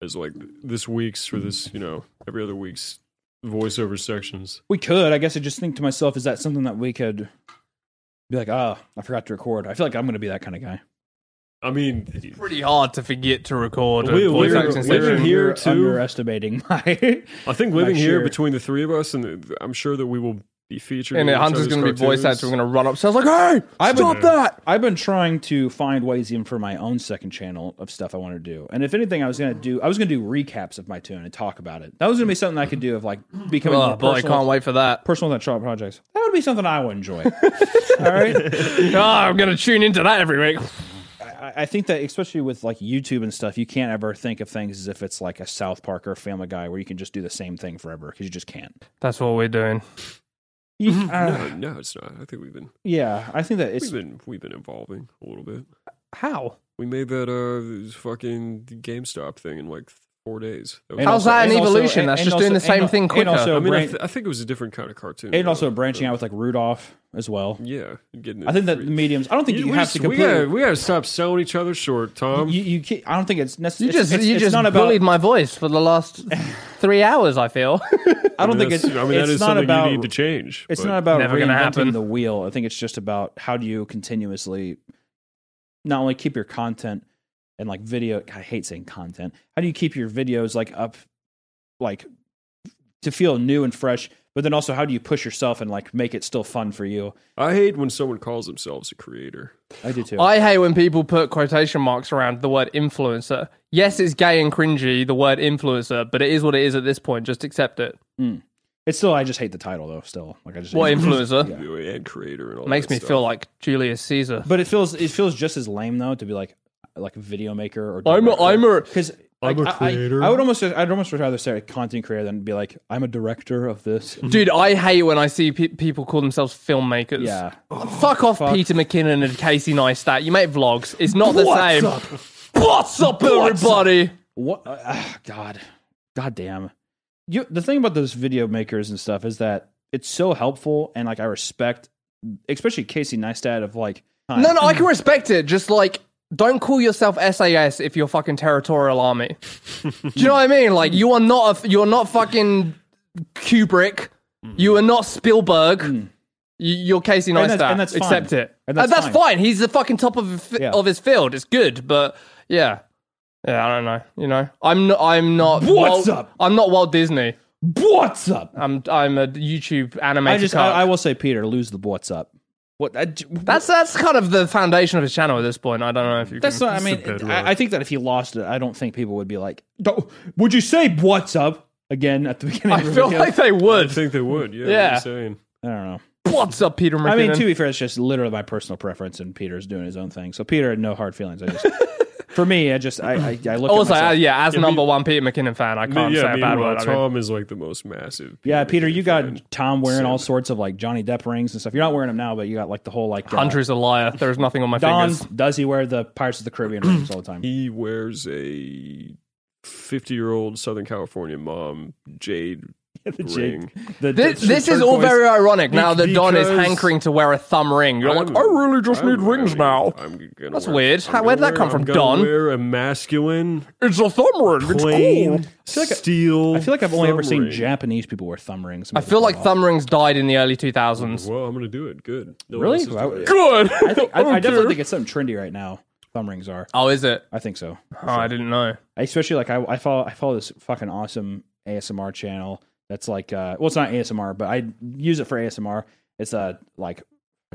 S3: as like this week's or this you know every other week's voiceover sections?
S2: We could. I guess I just think to myself, is that something that we could be like, ah, I forgot to record. I feel like I'm going to be that kind of guy.
S3: I mean,
S1: Pretty hard to forget to record a
S3: We-
S1: voice
S3: we're-
S1: acting
S3: we're
S1: session.
S3: here
S2: You're
S3: too.
S2: underestimating my.
S3: I think living
S2: Like,
S3: here
S2: sure.
S3: between the three of us, and the, I'm sure that we will be featured.
S1: And
S3: in each
S1: Hunter's
S3: other's
S1: going to be voice
S3: cartoons.
S1: actor, we're going to run up. So I was like, "Oh, hey,
S2: I've
S1: stop
S2: been,
S1: that!
S2: I've been trying to find ways even for my own second channel of stuff I want to do. And if anything, I was going to do, I was going to do recaps of my tune and talk about it. That was going to be something I could do of like becoming
S1: Oh
S2: more
S1: boy, I
S2: personal,
S1: can't wait for that.
S2: personal with that short projects. That would be something I would enjoy. All right.
S1: oh, I'm going to tune into that every week.
S2: I I think that especially with like YouTube and stuff, you can't ever think of things as if it's like a South Park or a Family Guy where you can just do the same thing forever because you just can't.
S1: That's what we're doing.
S2: You- uh,
S3: No, no, it's not. I think we've been
S2: yeah, I think that it's
S3: we've been we've been evolving a little bit.
S1: How?
S3: We made that uh fucking GameStop thing in like four days. That was-
S2: and
S1: How's
S2: also-
S1: that an
S2: and also-
S1: evolution? That's
S2: and
S1: just
S2: also-
S1: doing the same
S2: and-
S1: thing
S2: And
S1: quicker.
S2: also,
S3: I mean, I,
S2: bran-
S3: th- I think it was a different kind of cartoon.
S2: and
S3: though.
S2: also branching out with like Rudolph as well.
S3: yeah, and getting. it
S2: I think that
S3: free.
S2: the mediums. I don't think
S3: You-
S2: you,
S3: we,
S2: have
S3: just-
S2: to
S3: we gotta
S2: completely.
S3: we gotta stop selling each other short, Tom.
S2: You, you can't, I don't think it's necessary.
S1: You just
S2: it's,
S1: you
S2: it's
S1: just
S2: not about.
S1: bullied my voice for the last three hours. I feel.
S2: I don't think
S3: That's-
S2: it's.
S3: I mean,
S2: it's
S3: that is
S2: not
S3: something
S2: about.
S3: you need to change.
S2: it's
S3: but-
S2: not about
S1: Never gonna
S2: reinventing
S1: happen.
S2: the wheel. I think it's just about how do you continuously not only keep your content and like video. God, I hate saying content. How do you keep your videos like up, like to feel new and fresh? But then also, how do you push yourself and like make it still fun for you?
S3: I hate when someone calls themselves a creator.
S2: I do too.
S1: I hate when people put quotation marks around the word influencer. Yes, it's gay and cringy, the word influencer, but it is what it is at this point. Just accept it.
S2: it's still. I just hate the title though. Still, like I just.
S1: What
S2: hate it.
S1: influencer?
S3: You know, and creator and all
S1: Makes
S3: that
S1: me
S3: stuff.
S1: feel like Julius Caesar.
S2: But it feels it feels just as lame though to be like like a video maker or
S1: I'm a, I'm a.
S2: because
S3: I'm a creator.
S2: I, would almost I'd almost rather say a content creator than be like I'm a director of this.
S1: Dude, I hate when I see pe- people call themselves filmmakers.
S2: Yeah.
S1: Fuck off, Peter McKinnon and Casey Neistat. You make vlogs. It's not the same. What's up, everybody?
S2: What? Uh, ah, God, God damn. You the thing about those video makers and stuff is that it's so helpful and like I respect, especially Casey Neistat of like. time.
S1: No, no, I can respect it. Just like, don't call yourself SAS if you're fucking territorial army. Do you know what I mean? Like, you are not a, you're not fucking Kubrick. You are not Spielberg. You, you're Casey Neistat.
S2: And that's- and that's fine.
S1: Accept it.
S2: And that's
S1: And that's
S2: fine.
S1: fine. He's the fucking top of his fi-
S2: Yeah.
S1: of his field. It's good, but yeah, yeah. I don't know. You know, I'm not. I'm not.
S2: What's
S1: Walt-
S2: up?
S1: I'm not Walt Disney.
S2: What's up?
S1: I'm. I'm a YouTube animator.
S2: I just I, I will say Peter lose the what's up. What? I,
S1: that's that's kind of the foundation of his channel at this point. I don't know if you.
S2: That's
S1: can,
S2: not. I mean,
S3: the bedrock.
S2: I, I think that if he lost it, I don't think people would be like, "Don't- "Would you say what's up again at the beginning?"
S1: I
S2: of the
S1: feel
S2: video?
S1: like they
S3: I
S1: would.
S3: think they would. Yeah,
S1: Yeah.
S3: What you saying.
S2: I don't know.
S1: What's up, Peter McKinnon?
S2: I mean, to be fair, it's just literally my personal preference, and Peter's doing his own thing. So Peter had no hard feelings. I just, for me, I just, I, I, I look
S1: also,
S2: at
S1: uh,
S2: myself.
S1: yeah, as number one Peter McKinnon fan, I can't
S3: yeah,
S1: say a bad
S3: meanwhile,
S1: word. I mean,
S3: Tom is like the most massive.
S2: yeah, Peter, you got
S3: fan.
S2: Tom wearing all sorts of like Johnny Depp rings and stuff. You're not wearing them now, but you got like the whole like uh,
S1: Hunter's a liar. There is nothing on my
S2: Don
S1: fingers.
S2: does he wear the Pirates of the Caribbean rings all the time?
S3: He wears a fifty-year-old Southern California mom jade
S2: the
S3: ring.
S2: The,
S1: This,
S2: the
S1: this is all
S2: turquoise-
S1: very ironic. Now that Don is
S3: because-
S1: hankering to wear a thumb ring, you're like,
S3: I'm-
S1: I really just
S3: I'm
S1: need rings
S3: wearing-
S1: now.
S3: I'm gonna
S1: That's
S3: wear-
S1: weird.
S3: I'm
S1: How- where'd
S3: gonna
S1: that come
S3: wear-
S1: from,
S3: I'm gonna
S1: Don?
S3: Wear a masculine,
S1: It's a thumb ring. It's
S3: plain
S1: cool.
S3: steel.
S2: I feel like I've only ever
S3: thumb
S2: seen
S3: ring.
S2: Japanese people wear thumb rings.
S1: I feel like thumb rings died in the early 2000s.
S3: Well, I'm gonna do it. Good. No one
S2: Really?
S3: else is doing it.
S1: Good.
S2: I, think, I,
S1: don't
S2: I definitely
S1: care.
S2: think it's something trendy right now. Thumb rings are.
S1: Oh, is it?
S2: I think so.
S1: Oh, I didn't know.
S2: Especially like I, I follow I follow this fucking awesome ASMR channel that's like uh well it's not ASMR but I use it for ASMR. It's uh like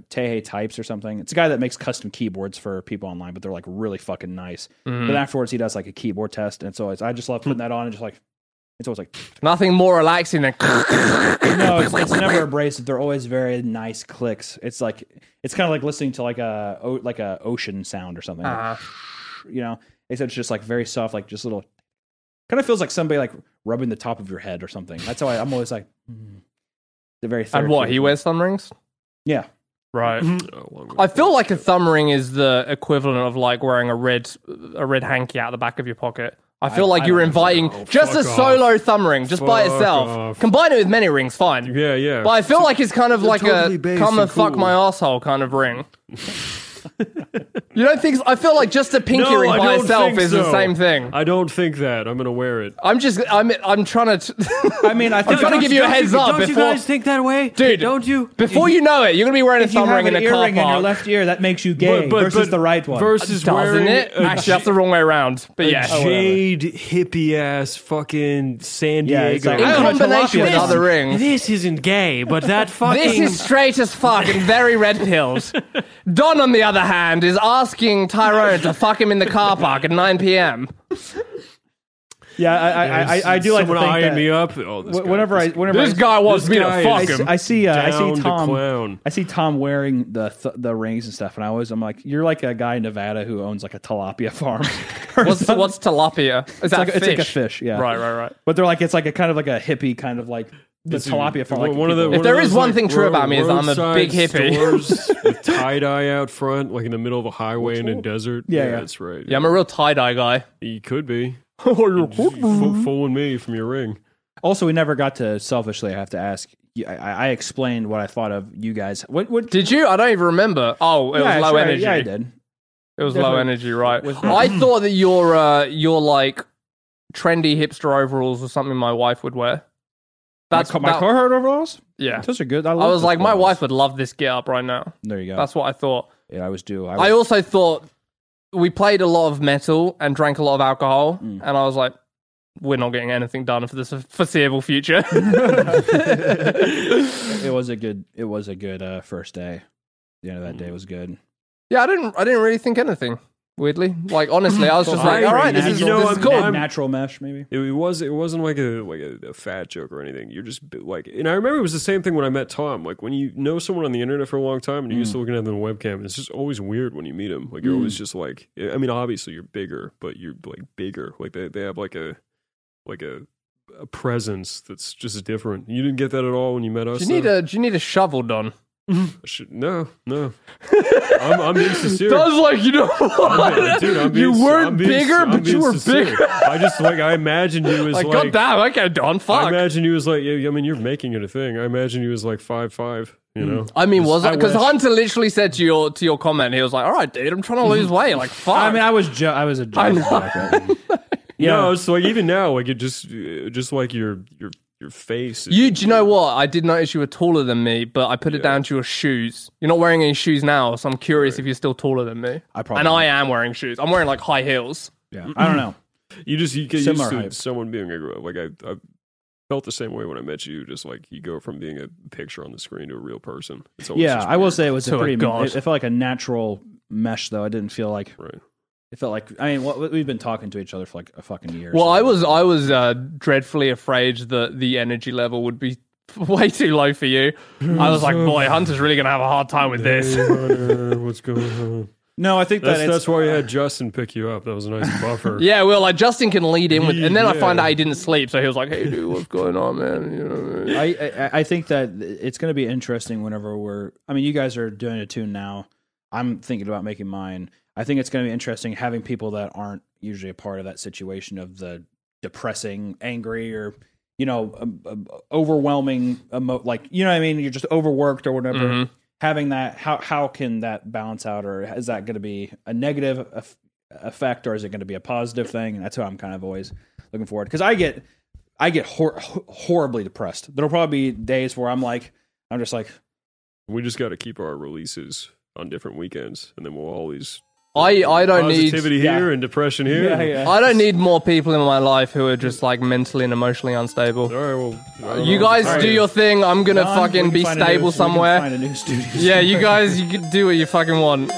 S2: Tehe Types or something. It's a guy that makes custom keyboards for people online, but they're like really fucking nice.
S1: Mm-hmm.
S2: But afterwards he does like a keyboard test, and so it's, I just love putting that on and just like it's always like
S1: Nothing more relaxing than.
S2: no, it's, it's never abrasive. They're always very nice clicks. It's like it's kind of like listening to like a o- like a ocean sound or something.
S1: Ah.
S2: You know, except it's just like very soft, like just little. Kind of feels like somebody like rubbing the top of your head or something. That's how I, I'm always like. Mm. The very
S1: and what? He
S2: therapeutic.
S1: wears thumb rings?
S2: Yeah,
S1: Right.
S2: Mm-hmm.
S3: Oh, well, I'm gonna
S1: I feel like a thumb ring is the equivalent of like wearing a red a red hanky out the back of your pocket. I feel
S2: I-
S1: like
S2: I
S1: you're
S2: don't know.
S1: inviting
S3: Oh,
S1: just a
S3: fuck
S1: solo thumb ring, just by
S3: Fuck
S1: itself.
S3: off.
S1: Combine it with many rings, fine.
S3: Yeah, yeah.
S1: But I feel like it's kind of like
S3: totally
S1: a
S3: based
S1: come
S3: and
S1: and fuck
S3: cool.
S1: my asshole kind of ring. you don't think? I feel like just a pinky
S3: No,
S1: ring
S3: I
S1: by
S3: don't
S1: itself
S3: think
S1: is the
S3: so.
S1: same thing.
S3: I don't think that. I'm gonna wear it.
S1: I'm just I'm I'm trying to
S2: I mean, I
S1: I'm
S2: think
S1: trying to
S6: Don't-
S1: give you a
S6: don't
S1: heads up
S6: Don't you
S1: before
S6: guys think that way,
S1: Dude,
S6: Don't you?
S1: before you know it, you're gonna be wearing a
S2: if you
S1: thumb
S2: have
S1: ring in
S2: an
S1: a car
S2: earring in your
S1: park.
S2: left ear, that makes you gay versus the right one.
S3: Versus
S1: Doesn't
S3: wearing
S1: it?
S3: a
S1: Actually, that's the wrong way around. But yeah,
S3: jade hippie ass fucking San
S2: Yeah,
S3: Diego.
S2: it's like,
S1: in
S2: I don't know,
S1: combination with
S2: tilapia
S1: other
S2: one.
S1: rings.
S6: This isn't gay, but that fucking.
S1: This is straight as fuck and very red pilled. Don, on the other hand, is asking Tyrone to fuck him in the car park at 9 p.m.
S2: yeah, I I, I, I, I do like to
S3: Someone
S2: think
S3: eyeing
S2: that
S3: me up. Oh, this
S2: wh-
S3: guy-
S2: whenever I whenever
S1: This
S2: I,
S1: guy wants
S3: this
S1: me to
S3: guy
S1: fuck
S3: is-
S1: him.
S2: I see uh, I
S3: Down
S2: see
S3: to
S2: Tom
S3: clown.
S2: I see Tom wearing the th- the rings and stuff, and I always I'm like, you're like a guy in Nevada who owns like a tilapia farm. or
S1: What's,
S2: something.
S1: what's tilapia? Is
S2: it's
S1: that
S2: like,
S1: fish?
S2: it's like a fish, yeah.
S1: Right, right, right.
S2: But they're like it's like a kind of like a hippie kind of like the tilapia farm. Like
S3: one of the,
S2: people-
S3: one of
S1: there is
S3: those,
S1: one
S3: like,
S1: thing true
S3: ro-
S1: about me is I'm a
S3: roadside
S1: big hippie.
S3: stores with tie dye out front, like in the middle of a highway in a desert.
S2: Yeah, yeah.
S3: that's right.
S1: Yeah, I'm a real tie dye guy.
S3: you could be.
S2: Oh,
S3: Fo- fooling me from your ring.
S2: also we never got to selfishly. I have to ask. you- I, I I explained what I thought of you guys. What what
S1: Did you? I don't even remember. Oh, it
S2: yeah,
S1: was low
S2: sure,
S1: energy.
S2: Yeah, I did.
S1: It was low
S2: Definitely.
S1: energy, right?
S2: Was-
S1: I thought that your uh, your like trendy hipster overalls was something my wife would wear.
S2: That's my, co- my
S1: that-
S2: Carhartt overalls.
S1: Yeah,
S2: Those are good. I,
S1: I
S2: love
S1: was
S2: those
S1: like, my
S2: overalls.
S1: wife would love this get up right now.
S2: There you go.
S1: That's what I thought.
S2: yeah, I was due. I, was,
S1: I
S3: Oh.
S1: also thought we played a lot of metal and drank a lot of alcohol,
S3: Mm.
S1: and I was like, we're not getting anything done for this foreseeable future.
S2: it was a good. It was a good uh, first day. The end of that day
S3: Mm.
S2: was good.
S1: yeah, I didn't. I didn't really think anything. Weirdly, like honestly, I was just like,
S3: I-
S1: all right, this
S3: you
S1: is,
S3: know,
S1: this is
S3: I'm-
S1: cool.
S3: I'm-
S2: natural mesh, maybe.
S3: It, it was. It wasn't like a like a, a fat joke or anything. You're just bi- like, and I remember it was the same thing when I met Tom. Like when you know someone on the internet for a long time and you're
S1: Mm.
S3: used to looking at them on the webcam, it's just always weird when you meet them. Like you're always just like, eh, I mean, obviously you're bigger, but you're like bigger. Like they they have like a like a a presence that's just different. You didn't get that at all when you met us.
S1: do you need
S3: though?
S1: a Do you need a shovel, Don?
S3: I should- no, no. I'm, I'm being sincere.
S1: Don's like, you know, what?
S3: Dude, I'm
S1: you
S3: being-
S1: weren't
S3: I'm being-
S1: bigger,
S3: I'm
S1: but you
S3: being
S1: were
S3: sincere.
S1: bigger.
S3: I just like I imagine you as
S1: like,
S3: like,
S1: goddamn, okay, Don,
S3: I
S1: fuck.
S3: imagine you was like, yeah, I mean, you're making it a thing. I imagine you was like five five.
S2: Mm.
S3: You know,
S1: I mean, was it? Because
S3: wish.
S1: Hunter literally said to your to your comment, he was like, "All right, dude, I'm trying to lose weight." Like, fuck.
S2: I mean, I was jo- I was a joke.
S1: know.
S2: yeah,
S3: no, it's like even now, like it just, uh, just like your your your face. is-
S1: you, do you know what? I did notice you were taller than me, but I put it down to your shoes. You're not wearing any shoes now, so I'm curious if you're still taller than me.
S2: I probably
S1: and
S2: am.
S1: I am wearing shoes. I'm wearing like high heels.
S2: yeah. I don't know.
S3: you just you get used
S2: Similar
S3: to
S2: hype.
S3: someone being a girl. Like I, I felt the same way when I met you. Just like you go from being a picture on the screen to a real person. It's always
S2: Yeah,
S3: just
S2: I will say it was
S1: To
S2: a
S1: a
S2: pretty.
S1: god.
S2: It, it felt like a natural mesh, though. I didn't feel like
S3: weird, right.
S2: it felt like. I mean, what, we've been talking to each other for like a fucking year.
S1: Well,
S2: so-
S1: I was I was uh, dreadfully afraid that the energy level would be way too low for you. I was like, boy, Hunter's really gonna have a hard time with this.
S3: Hey, Hunter, what's going on?
S2: no. I think that
S3: That's
S2: it's,
S3: that's why you had Justin pick you up. That was a nice buffer.
S1: Yeah, well, like Justin can lead in with, and then I find
S3: Yeah.
S1: out he didn't sleep, so he was like, "Hey, dude, what's going on, man?" You know what I mean?
S2: I, I I think that it's going to be interesting whenever we're. I mean, you guys are doing a tune now. I'm thinking about making mine. I think it's going to be interesting having people that aren't usually a part of that situation of the depressing, angry, or you know, um, um, overwhelming, emo- like you know what I mean. You're just overworked or whatever.
S1: Mhm.
S2: Having that, how how can that balance out, or is that going to be a negative eff- effect, or is it going to be a positive thing? And that's what I'm kind of always looking forward because I get I get hor- hor- horribly depressed. There'll probably be days where I'm like, I'm just like,
S3: We just got to keep our releases on different weekends, and then we'll always
S1: I I don't need
S3: positivity
S2: yeah.
S3: here and depression here.
S1: I don't need more people in my life who are just like mentally and emotionally unstable.
S3: All right, well, I don't
S1: You
S3: know.
S1: guys
S3: All right.
S1: do your thing. I'm gonna
S2: Don, we
S1: fucking
S2: can
S1: be
S2: find a new-
S1: stable
S2: we can
S1: somewhere.
S2: Find a new studio.
S1: Yeah, you guys, you can do what you fucking want.